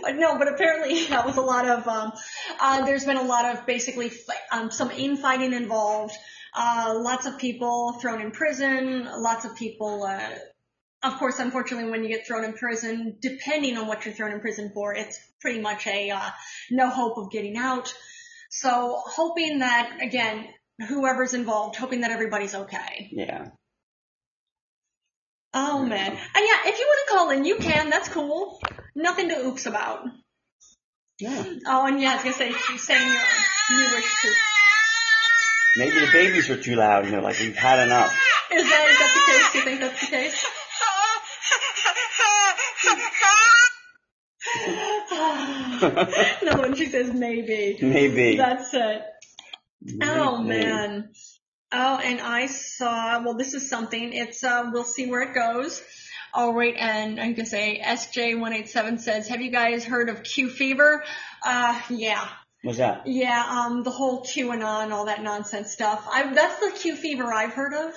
Speaker 2: like, no, but apparently that was a lot of, um, uh, there's been a lot of basically fi- um, some infighting involved, uh, lots of people thrown in prison, lots of people, uh, of course, unfortunately, when you get thrown in prison, depending on what you're thrown in prison for, it's pretty much a uh, no hope of getting out. So, hoping that, again, whoever's involved, hoping that everybody's okay.
Speaker 1: Yeah.
Speaker 2: Oh
Speaker 1: Yeah.
Speaker 2: man. And yeah, if you want to call in, you can. That's cool. Nothing to oops about.
Speaker 1: Yeah.
Speaker 2: Oh, and yeah, I was gonna say she's saying you you wish to.
Speaker 1: Maybe the babies were too loud and they're like, we've had enough.
Speaker 2: Is that is that the case? Do you think that's the case? no, when she says maybe,
Speaker 1: Maybe.
Speaker 2: that's it. Oh
Speaker 1: Maybe.
Speaker 2: man. Oh, and I saw. Well, this is something. It's uh, we'll see where it goes. All right, and I can say SJ187 says, "Have you guys heard of Q fever?" Uh, yeah,
Speaker 1: What's that?
Speaker 2: yeah. Um, the whole QAnon, all that nonsense stuff. I that's the Q fever I've heard of.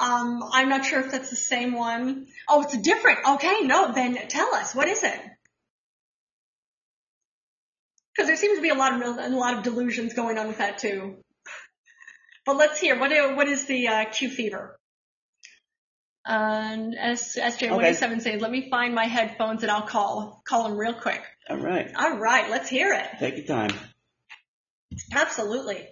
Speaker 2: Um, I'm not sure if that's the same one. Oh, it's different. Okay, no, then tell us what is it? Because there seems to be a lot of a lot of delusions going on with that too. But let's hear what i- what is the uh, Q fever? Um, S SJ one eighty seven says, "Let me find my headphones and I'll call call him real quick."
Speaker 1: All right.
Speaker 2: All right, let's hear it.
Speaker 1: Take your time.
Speaker 2: Absolutely.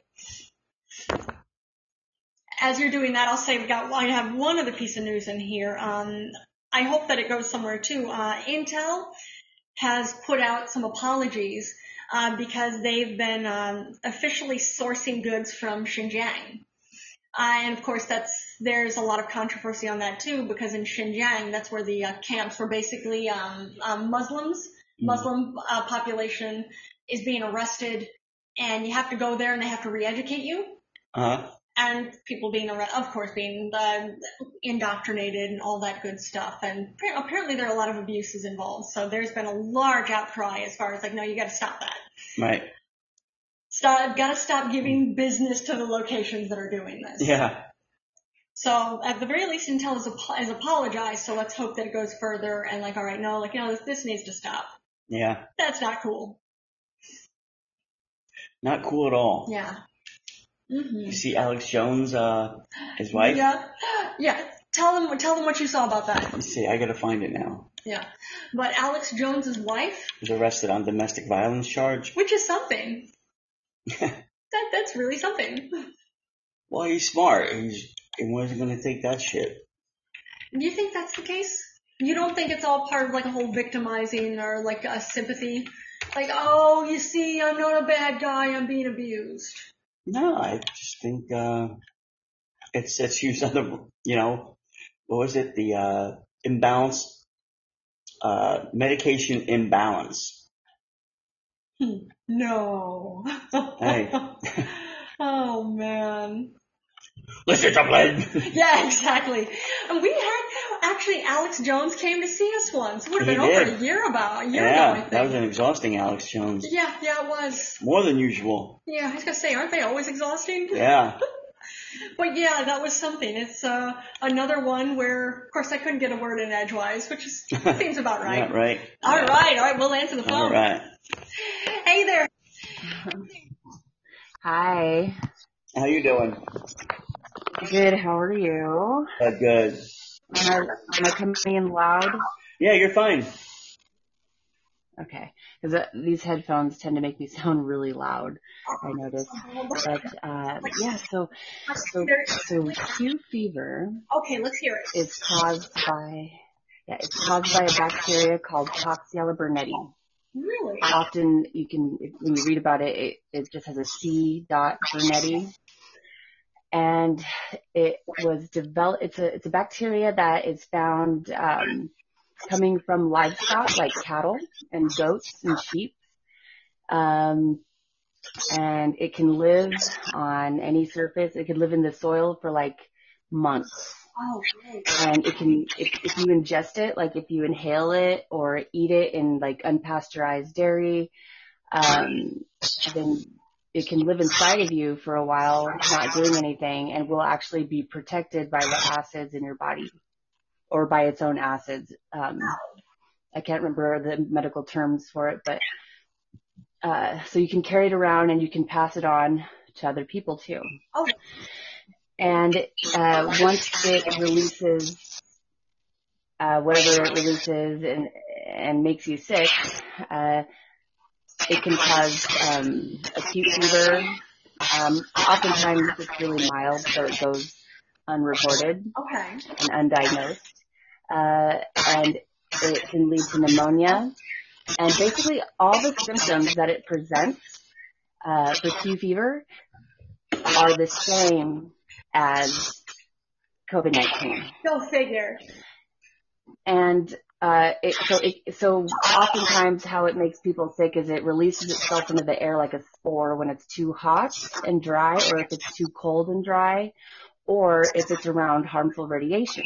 Speaker 2: As you're doing that, I'll say we got. I have one other piece of news in here. Um, I hope that it goes somewhere too. Uh, Intel has put out some apologies uh, because they've been um, officially sourcing goods from Xinjiang. Uh, and of course, that's there's a lot of controversy on that too, because in Xinjiang, that's where the uh, camps were basically um, um, Muslims, Muslim uh, population is being arrested, and you have to go there and they have to re-educate you,
Speaker 1: Uh-huh.
Speaker 2: and people being arre- of course being uh, indoctrinated and all that good stuff. And appar- apparently, there are a lot of abuses involved, so there's been a large outcry as far as like, no, you got to stop that.
Speaker 1: Right.
Speaker 2: Stop, got to stop giving business to the locations that are doing this.
Speaker 1: Yeah.
Speaker 2: So at the very least, Intel has, ap- has apologized. So let's hope that it goes further and like, all right, no, like, no, this, this needs to stop.
Speaker 1: Yeah.
Speaker 2: That's not cool.
Speaker 1: Not cool at all.
Speaker 2: Yeah. Mm-hmm.
Speaker 1: You see Alex Jones, uh, his wife?
Speaker 2: Yeah. Yeah. Tell them, tell them what you saw about that.
Speaker 1: Let's see, I gotta find it now.
Speaker 2: Yeah. But Alex Jones's wife,
Speaker 1: He was arrested on domestic violence charge.
Speaker 2: which is something. that that's really something.
Speaker 1: Well, he's smart. He's, he wasn't gonna take that shit.
Speaker 2: Do you think that's the case? You don't think it's all part of like a whole victimizing or like a sympathy? Like, oh, you see, I'm not a bad guy. I'm being abused.
Speaker 1: No, I just think, uh, it's, it's used on the, you know, what was it? The, uh, imbalance, uh, medication imbalance.
Speaker 2: No.
Speaker 1: Hey.
Speaker 2: oh man.
Speaker 1: Listen to Blade!
Speaker 2: Yeah, exactly. And we had actually Alex Jones came to see us once. Would have
Speaker 1: He
Speaker 2: been over
Speaker 1: did.
Speaker 2: a year about a year ago, I
Speaker 1: yeah,
Speaker 2: think.
Speaker 1: that was an exhausting Alex Jones.
Speaker 2: yeah, yeah, it was.
Speaker 1: More than usual.
Speaker 2: Yeah, I was gonna say, aren't they always exhausting?
Speaker 1: Yeah.
Speaker 2: But yeah, that was something. It's uh, another one where, of course, I couldn't get a word in edgewise, which is, seems about right. Um,
Speaker 1: Not right.
Speaker 2: All right, all right, we'll answer the phone.
Speaker 1: Alright.
Speaker 2: Hey there.
Speaker 3: Hi.
Speaker 1: How you doing?
Speaker 3: Good. How are you?
Speaker 1: Uh, good.
Speaker 3: Am I, am I coming in loud?
Speaker 1: Yeah, you're fine.
Speaker 3: Okay. Because uh, these headphones tend to make me sound really loud. I noticed. But uh, yeah. So so so Q fever
Speaker 2: Okay, let's hear it.
Speaker 3: is caused by yeah it's caused by a bacteria called Coxiella burnetti.
Speaker 2: Really?
Speaker 3: often you can when you read about it, it, it just has a C dot Brunetti. And it was developed. It's a it's a bacteria that is found um, coming from livestock like cattle and goats and sheep, um, and it can live on any surface. It can live in the soil for like months
Speaker 2: Oh, great.
Speaker 3: and it can if, if you ingest it like if you inhale it or eat it in like unpasteurized dairy um then it can live inside of you for a while, not doing anything, and will actually be protected by the acids in your body or by its own acids. Um, I can't remember the medical terms for it, but uh, so you can carry it around and you can pass it on to other people too.
Speaker 2: Oh.
Speaker 3: And uh, once it releases uh, whatever it releases and and makes you sick, uh, it can cause um, acute fever. Um, oftentimes it's really mild, so it goes unreported
Speaker 2: Okay.
Speaker 3: and undiagnosed, uh, and it can lead to pneumonia and basically all the symptoms that it presents uh, for Q fever are the same as COVID-19.
Speaker 2: Go figure.
Speaker 3: And uh, it, so, it, so oftentimes how it makes people sick is it releases itself into the air like a spore when it's too hot and dry, or if it's too cold and dry, or if it's around harmful radiation.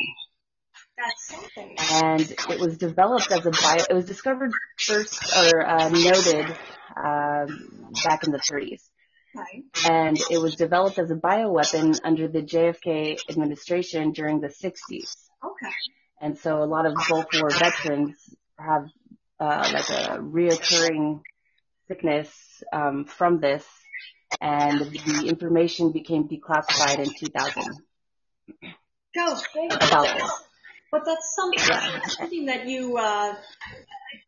Speaker 2: That's something.
Speaker 3: and it was developed as a bio. It was discovered first or uh, noted um, back in the 30s,
Speaker 2: Okay.
Speaker 3: and it was developed as a bioweapon under the JFK administration during the 60s.
Speaker 2: Okay.
Speaker 3: And so a lot of Gulf War veterans have uh, like a reoccurring sickness um, from this, and the information became declassified in 2000
Speaker 2: Go figure.
Speaker 3: about this.
Speaker 2: But that's something, that's something that you, uh,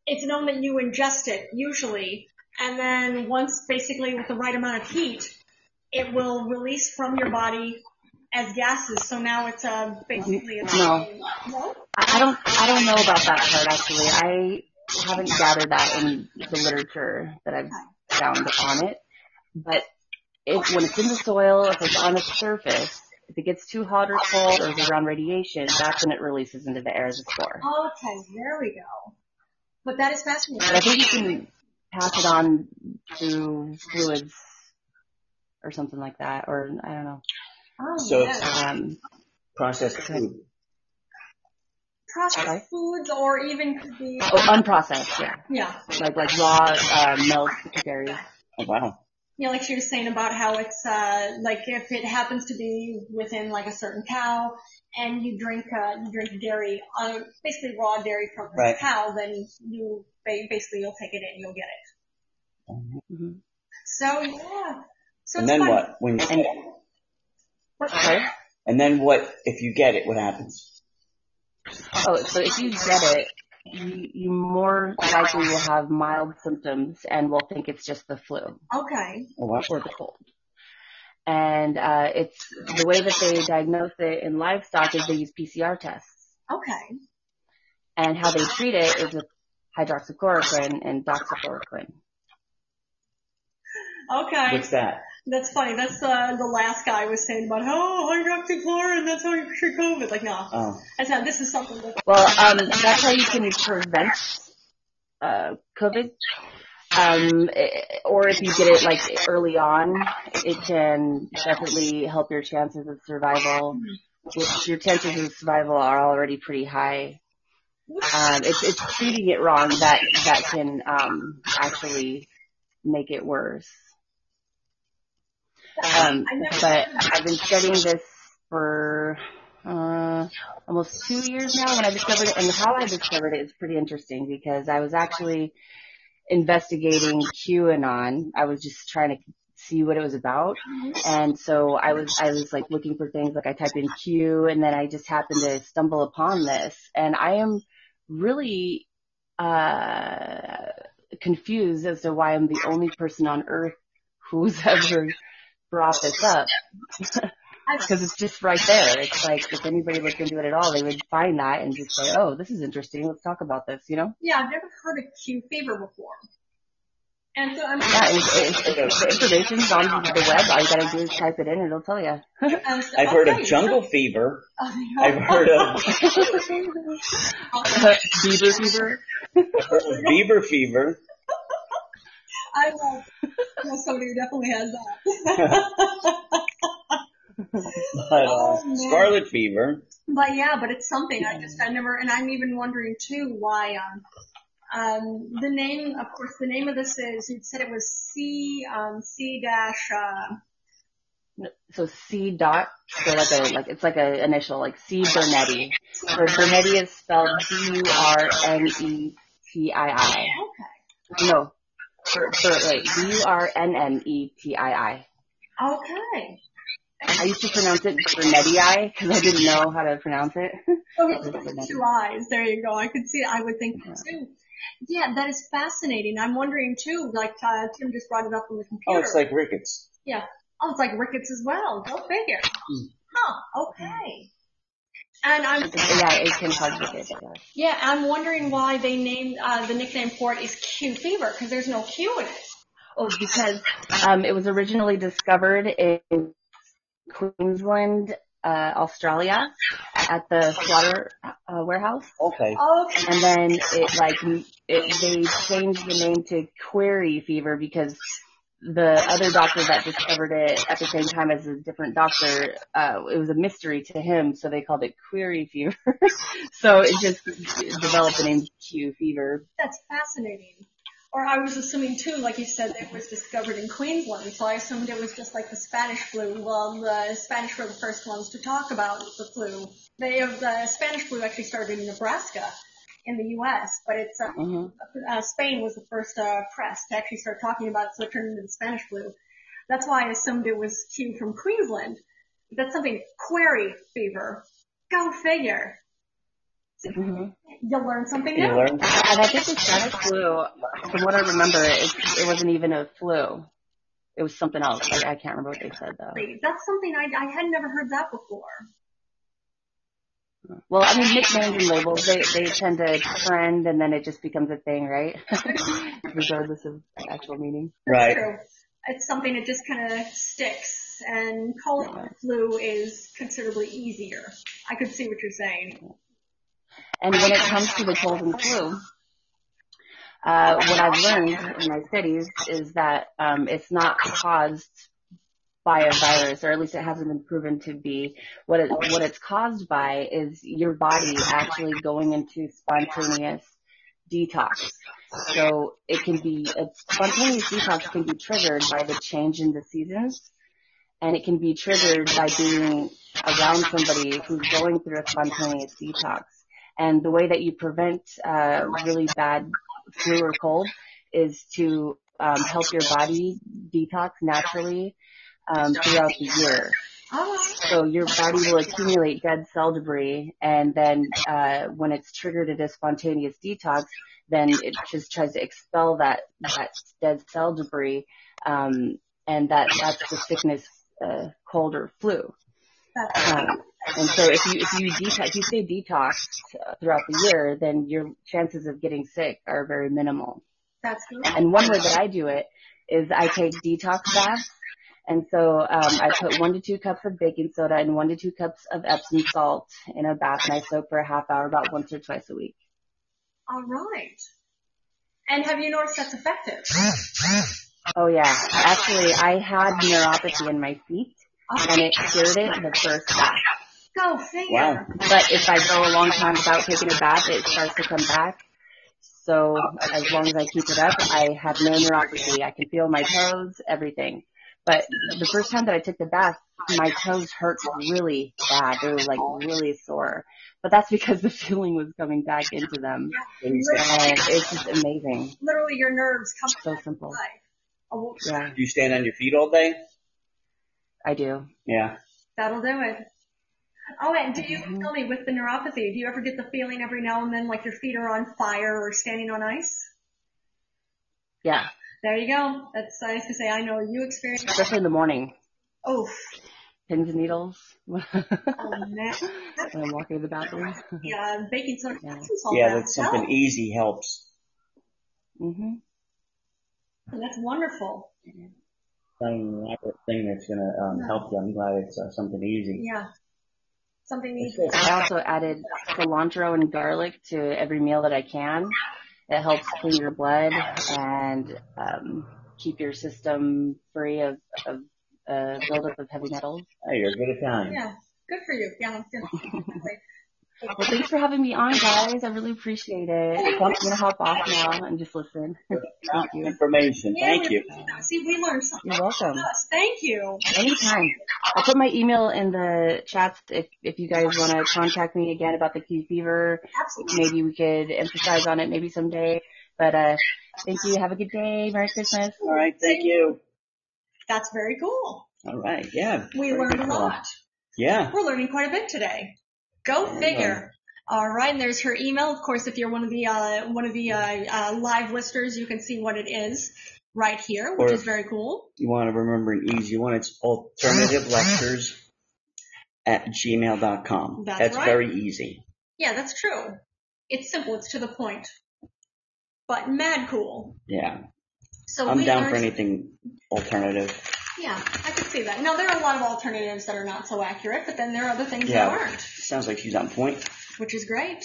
Speaker 2: it's known that you ingest it usually, and then once basically with the right amount of heat, it will release from your body as gases. So now it's uh, basically a
Speaker 3: No.
Speaker 2: No?
Speaker 3: I I don't I don't know about that part actually. I haven't gathered that in the literature that I've found on it. But if when it's in the soil, if it's on its surface, if it gets too hot or cold or is around radiation, that's when it releases into the air as a spore.
Speaker 2: Okay, there we go. But that is
Speaker 3: But I
Speaker 2: fascinating.
Speaker 3: think you can pass it on through fluids or something like that, or I don't know.
Speaker 2: Oh,
Speaker 1: So-
Speaker 2: yes.
Speaker 3: Um,
Speaker 1: Processed food.
Speaker 3: Sorry?
Speaker 2: Processed foods or even could be,
Speaker 3: oh, unprocessed, yeah,
Speaker 2: yeah.
Speaker 3: like like raw uh, milk, dairy.
Speaker 1: Oh, wow.
Speaker 2: Yeah, like she was saying about how it's uh like if it happens to be within like a certain cow and you drink uh you drink dairy uh, basically raw dairy from the
Speaker 1: Right.
Speaker 2: cow, then you ba- basically you'll take it and you'll get it.
Speaker 3: hmm
Speaker 2: So yeah. So
Speaker 1: And
Speaker 2: it's
Speaker 1: then
Speaker 2: fun.
Speaker 1: what? When you
Speaker 3: And
Speaker 2: What-
Speaker 3: sorry.
Speaker 1: and then what? If you get it, what happens?
Speaker 3: Oh, so if you get it, you, you more likely will have mild symptoms and will think it's just the flu
Speaker 2: Okay.
Speaker 1: Oh, wow.
Speaker 3: or the cold. And uh, it's the way that they diagnose it in livestock is they use PCR tests,
Speaker 2: Okay.
Speaker 3: and how they treat it is with hydroxychloroquine and doxychloroquine.
Speaker 2: Okay.
Speaker 1: What's that?
Speaker 2: That's funny. That's uh the last guy was saying about oh hydroxychloroquine, that's how you cure COVID. Like no.
Speaker 1: Oh,
Speaker 2: That's not this is something that
Speaker 3: Well, um, that's how you can prevent uh, COVID. Um, eh, or if you get it like early on, it can definitely help your chances of survival. Which your chances of survival are already pretty high. Um, it's, it's treating it wrong that that can um, actually make it worse.
Speaker 1: Uh,
Speaker 3: Um, but I've been studying this for uh, almost two years now when I discovered it, and how I discovered it is pretty interesting because I was actually investigating QAnon. I was just trying to see what it was about, and so I was I was like looking for things like I typed in Q, and then I just happened to stumble upon this, and I am really uh confused as to why I'm the only person on earth who's ever brought this up because it's just right there. It's like if anybody looked into it at all, they would find that and just say, "Oh, this is interesting. Let's talk about this." You know?
Speaker 2: yeah, I've never heard of Q fever before. And so I'm
Speaker 3: Yeah. It, it, it, the information's on the web. All you gotta do is type it in, and it'll tell you.
Speaker 2: And so-
Speaker 1: I've heard
Speaker 2: okay.
Speaker 1: of jungle fever.
Speaker 2: Oh, no.
Speaker 1: I've heard of
Speaker 3: Beaver fever.
Speaker 1: I've heard of beaver fever.
Speaker 2: I love well, somebody who definitely has that.
Speaker 1: But, uh,
Speaker 2: Oh, man.
Speaker 1: scarlet fever.
Speaker 2: but yeah, but it's something I just I never and I'm even wondering too why um Um, the name, of course, the name of this is, you said it was C, um, C dash, uh,
Speaker 3: So C dot, so like a, like, it's like a initial, like C Bernetti. So Bernetti is spelled E B-U-R-N-E-T-I-I.
Speaker 2: okay.
Speaker 3: No, Ber, Ber, wait, E B-U-R-N-N-E-T-I-I.
Speaker 2: Okay.
Speaker 3: I used to pronounce it Bernetti because I didn't know how to pronounce it.
Speaker 2: Oh, it's got two eyes. There you go. I could see. I would think that too. Yeah, that is fascinating. I'm wondering too. Like uh, Tim just brought it up on the computer.
Speaker 1: Oh, it's like rickets.
Speaker 2: oh, it's like rickets as well. Go figure.
Speaker 1: Mm.
Speaker 2: Huh. Okay. And I'm
Speaker 3: yeah, it can cause rickets. yeah.
Speaker 2: yeah, I'm wondering why they named uh, the nickname for it is Q fever because there's no Q in it.
Speaker 3: Oh, because um, it was originally discovered in Queensland, uh, Australia, at the slaughter uh, warehouse,
Speaker 1: Okay.
Speaker 2: Okay.
Speaker 3: and then it like m- it, they changed the name to Query Fever because the other doctor that discovered it at the same time as a different doctor, uh, it was a mystery to him, so they called it Query Fever. so it just developed the name Q Fever.
Speaker 2: That's fascinating. Or I was assuming too, like you said, that it was discovered in Queensland, so I assumed it was just like the Spanish flu. Well, the Spanish were the first ones to talk about the flu. They have the Spanish flu actually started in Nebraska, in the U.S., but it's uh,
Speaker 3: hmm
Speaker 2: uh, Spain was the first uh, press to actually start talking about it, so it turned into the Spanish flu. That's why I assumed it was Q from Queensland. That's something query fever. Go figure.
Speaker 3: hmm
Speaker 2: You'll learn something
Speaker 1: You
Speaker 2: new.
Speaker 1: learn.
Speaker 3: And I think the Spanish flu, from what I remember, it, it wasn't even a flu. It was something else. I, I can't remember what they said though.
Speaker 2: That's something I, I had never heard that before.
Speaker 3: Well, I mean, nicknames and labels, they, they tend to trend and then it just becomes a thing, right? Regardless of actual meaning.
Speaker 1: Right.
Speaker 2: True. It's something that just kind of sticks, and calling it flu is considerably easier. I could see what you're saying.
Speaker 3: And when it comes to the cold and flu, uh, what I've learned in my studies is that um, it's not caused by a virus, or at least it hasn't been proven to be. What it, what it's caused by is your body actually going into spontaneous detox. So it can be a spontaneous detox can be triggered by the change in the seasons, and it can be triggered by being around somebody who's going through a spontaneous detox. And the way that you prevent uh, really bad flu or cold is to um, help your body detox naturally um, throughout the year.
Speaker 2: All right.
Speaker 3: So your body will accumulate dead cell debris, and then uh, when it's triggered at a spontaneous detox, then it just tries to expel that that dead cell debris, um, and that that's the sickness, uh, cold or flu.
Speaker 2: That's,
Speaker 3: Um, and so if you if you detox, if you stay detoxed uh, throughout the year, then your chances of getting sick are very minimal.
Speaker 2: that's good.
Speaker 3: And one way that I do it is I take detox baths. And so um, I put one to two cups of baking soda and one to two cups of Epsom salt in a bath, and I soak for a half hour, about once or twice a week.
Speaker 2: All right. And have you noticed that's effective?
Speaker 3: Oh yeah, actually I had neuropathy in my feet, and it cured it the first bath.
Speaker 2: Go figure.
Speaker 1: Wow.
Speaker 3: But if I go a long time without taking a bath, it starts to come back. So as long as I keep it up, I have no neuropathy. I can feel my toes, everything. But the first time that I took the bath, my toes hurt really bad. They were like really sore. But that's because the feeling was coming back into them.
Speaker 1: Do
Speaker 3: And it's just amazing.
Speaker 2: Literally, your nerves come
Speaker 3: So
Speaker 2: back to
Speaker 3: simple.
Speaker 2: life. Oh,
Speaker 3: Yeah,
Speaker 1: you stand on your feet all day?
Speaker 3: I do.
Speaker 1: Yeah.
Speaker 2: that'll do it. Oh, and do you
Speaker 1: Mm-hmm.
Speaker 2: tell me with the neuropathy? Do you ever get the feeling every now and then like your feet are on fire or standing on ice?
Speaker 3: Yeah.
Speaker 2: There you go. That's I have to say. I know you experienced.
Speaker 3: Especially in the morning.
Speaker 2: Oh,
Speaker 3: Pins and needles when
Speaker 2: oh man.
Speaker 3: I'm walking to the bathroom.
Speaker 2: Yeah, baking soda.
Speaker 3: Yeah.
Speaker 2: That's all
Speaker 1: Yeah,
Speaker 2: Oh, that.
Speaker 1: that's something e- easy helps.
Speaker 3: hmm
Speaker 2: Oh, that's wonderfol.
Speaker 1: Some rapid thing that's gonna um, help you. I'm glad it's uh, something easy.
Speaker 2: Yeah. Something
Speaker 1: It's
Speaker 2: easy.
Speaker 1: just-
Speaker 3: I also added cilantro and garlic to every meal that I can. It helps clean your blood and um, keep your system free of, of uh, buildup of heavy metals.
Speaker 1: Hey, you're a good Italian.
Speaker 2: Yeah. Good for you. Yeah. Good.
Speaker 3: Well, thanks for having me on, guys. I really appreciate it. I'm gonna hop off now and just listen. Thank you.
Speaker 1: Information.
Speaker 2: Yeah,
Speaker 1: Thank
Speaker 2: we-
Speaker 1: you.
Speaker 2: See, we learned something.
Speaker 3: You're welcome.
Speaker 2: Yes, Thank you.
Speaker 3: Anytime. I'll put my email in the chat if if you guys want to contact me again about the Q fever.
Speaker 2: Absolutely.
Speaker 3: Maybe we could emphasize on it maybe someday. But uh, thank you. Have a good day. Merry Christmas.
Speaker 1: All right. Thank you.
Speaker 2: That's very cool.
Speaker 1: All right. Yeah.
Speaker 2: We
Speaker 1: Very
Speaker 2: learned a
Speaker 1: good call.
Speaker 2: lot.
Speaker 1: Yeah.
Speaker 2: We're learning quite a bit today. Go
Speaker 1: Yeah.
Speaker 2: figure. All right, and there's her email. Of course, if you're one of the uh, one of the uh, uh, live listeners, you can see what it is right here, which
Speaker 1: Or-
Speaker 2: is very cool.
Speaker 1: You want to remember an easy one. It's alternative lectures at gmail.com.
Speaker 2: That's right.
Speaker 1: very easy.
Speaker 2: Yeah, that's true. It's simple. It's to the point. But mad cool.
Speaker 1: Yeah.
Speaker 2: So
Speaker 1: I'm
Speaker 2: we
Speaker 1: down
Speaker 2: learned,
Speaker 1: for anything alternative.
Speaker 2: Yeah, I could see that. Now there are a lot of alternatives that are not so accurate, but then there are other things
Speaker 1: Yeah.
Speaker 2: that aren't,
Speaker 1: Sounds like she's on point.
Speaker 2: which is great.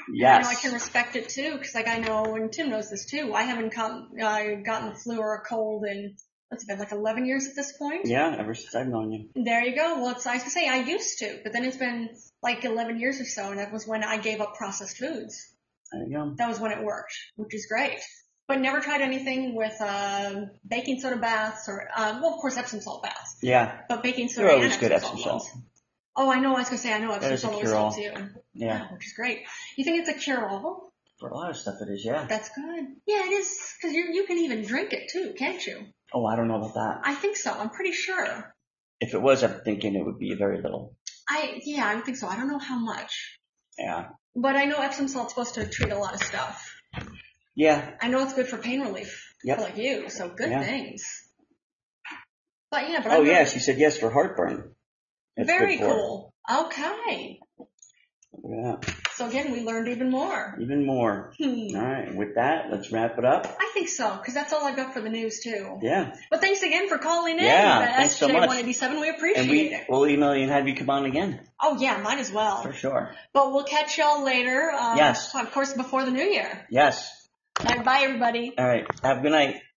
Speaker 2: I know I
Speaker 1: Yes.
Speaker 2: can respect it too, because like I know, and Tim knows this too. I haven't come, uh, gotten the flu or a cold in what's it been like 11 years at this point.
Speaker 1: Yeah, ever since I've known you.
Speaker 2: There you go. Well, it's nice to say I used to, but then it's been like 11 years or so, and that was when I gave up processed foods.
Speaker 1: There you go.
Speaker 2: That was when it worked, which is great. But never tried anything with um, baking soda baths or, um, well, of course, Epsom salt baths.
Speaker 1: Yeah.
Speaker 2: But baking soda
Speaker 1: You're
Speaker 2: and
Speaker 1: always
Speaker 2: Epsom
Speaker 1: good at some
Speaker 2: salt
Speaker 1: salt.
Speaker 2: ones. Oh, I know. I was gonna say I know Epsom
Speaker 1: There's a
Speaker 2: salt always
Speaker 1: cure-all.
Speaker 2: helps you,
Speaker 1: Yeah.
Speaker 2: which is great. You think it's a cure-all?
Speaker 1: For a lot of stuff it is, yeah.
Speaker 2: That's good. Yeah, it is. Because you you can even drink it too, can't you?
Speaker 1: Oh, I don't know about that.
Speaker 2: I think so. I'm pretty sure.
Speaker 1: If it was, I'm thinking it would be very little.
Speaker 2: I yeah, I think so. I don't know how much,
Speaker 1: Yeah.
Speaker 2: but I know Epsom salt's supposed to treat a lot of stuff.
Speaker 1: Yeah.
Speaker 2: I know it's good for pain relief,
Speaker 1: Yep.
Speaker 2: like you. So good
Speaker 1: Yeah.
Speaker 2: things. But yeah, but
Speaker 1: Oh,
Speaker 2: I'm not-
Speaker 1: yeah, she said yes for heartburn. That's
Speaker 2: very
Speaker 1: good for her.
Speaker 2: cool. Okay,
Speaker 1: Yeah.
Speaker 2: so again, we learned even more.
Speaker 1: Even more.
Speaker 2: Hmm.
Speaker 1: All right. With that, let's wrap it up.
Speaker 2: I think so, because that's all I've got for the news too.
Speaker 1: Yeah.
Speaker 2: But thanks again for calling in.
Speaker 1: Yeah,
Speaker 2: the
Speaker 1: thanks so
Speaker 2: SJ
Speaker 1: much.
Speaker 2: 187. We appreciate
Speaker 1: And we
Speaker 2: it.
Speaker 1: will email you and have you come on again.
Speaker 2: Oh yeah, might as well.
Speaker 1: For sure.
Speaker 2: But we'll catch y'all later. Uh,
Speaker 1: Yes.
Speaker 2: Of course, before the new year.
Speaker 1: Yes.
Speaker 2: All right, bye, everybody.
Speaker 1: All right. Have a good night.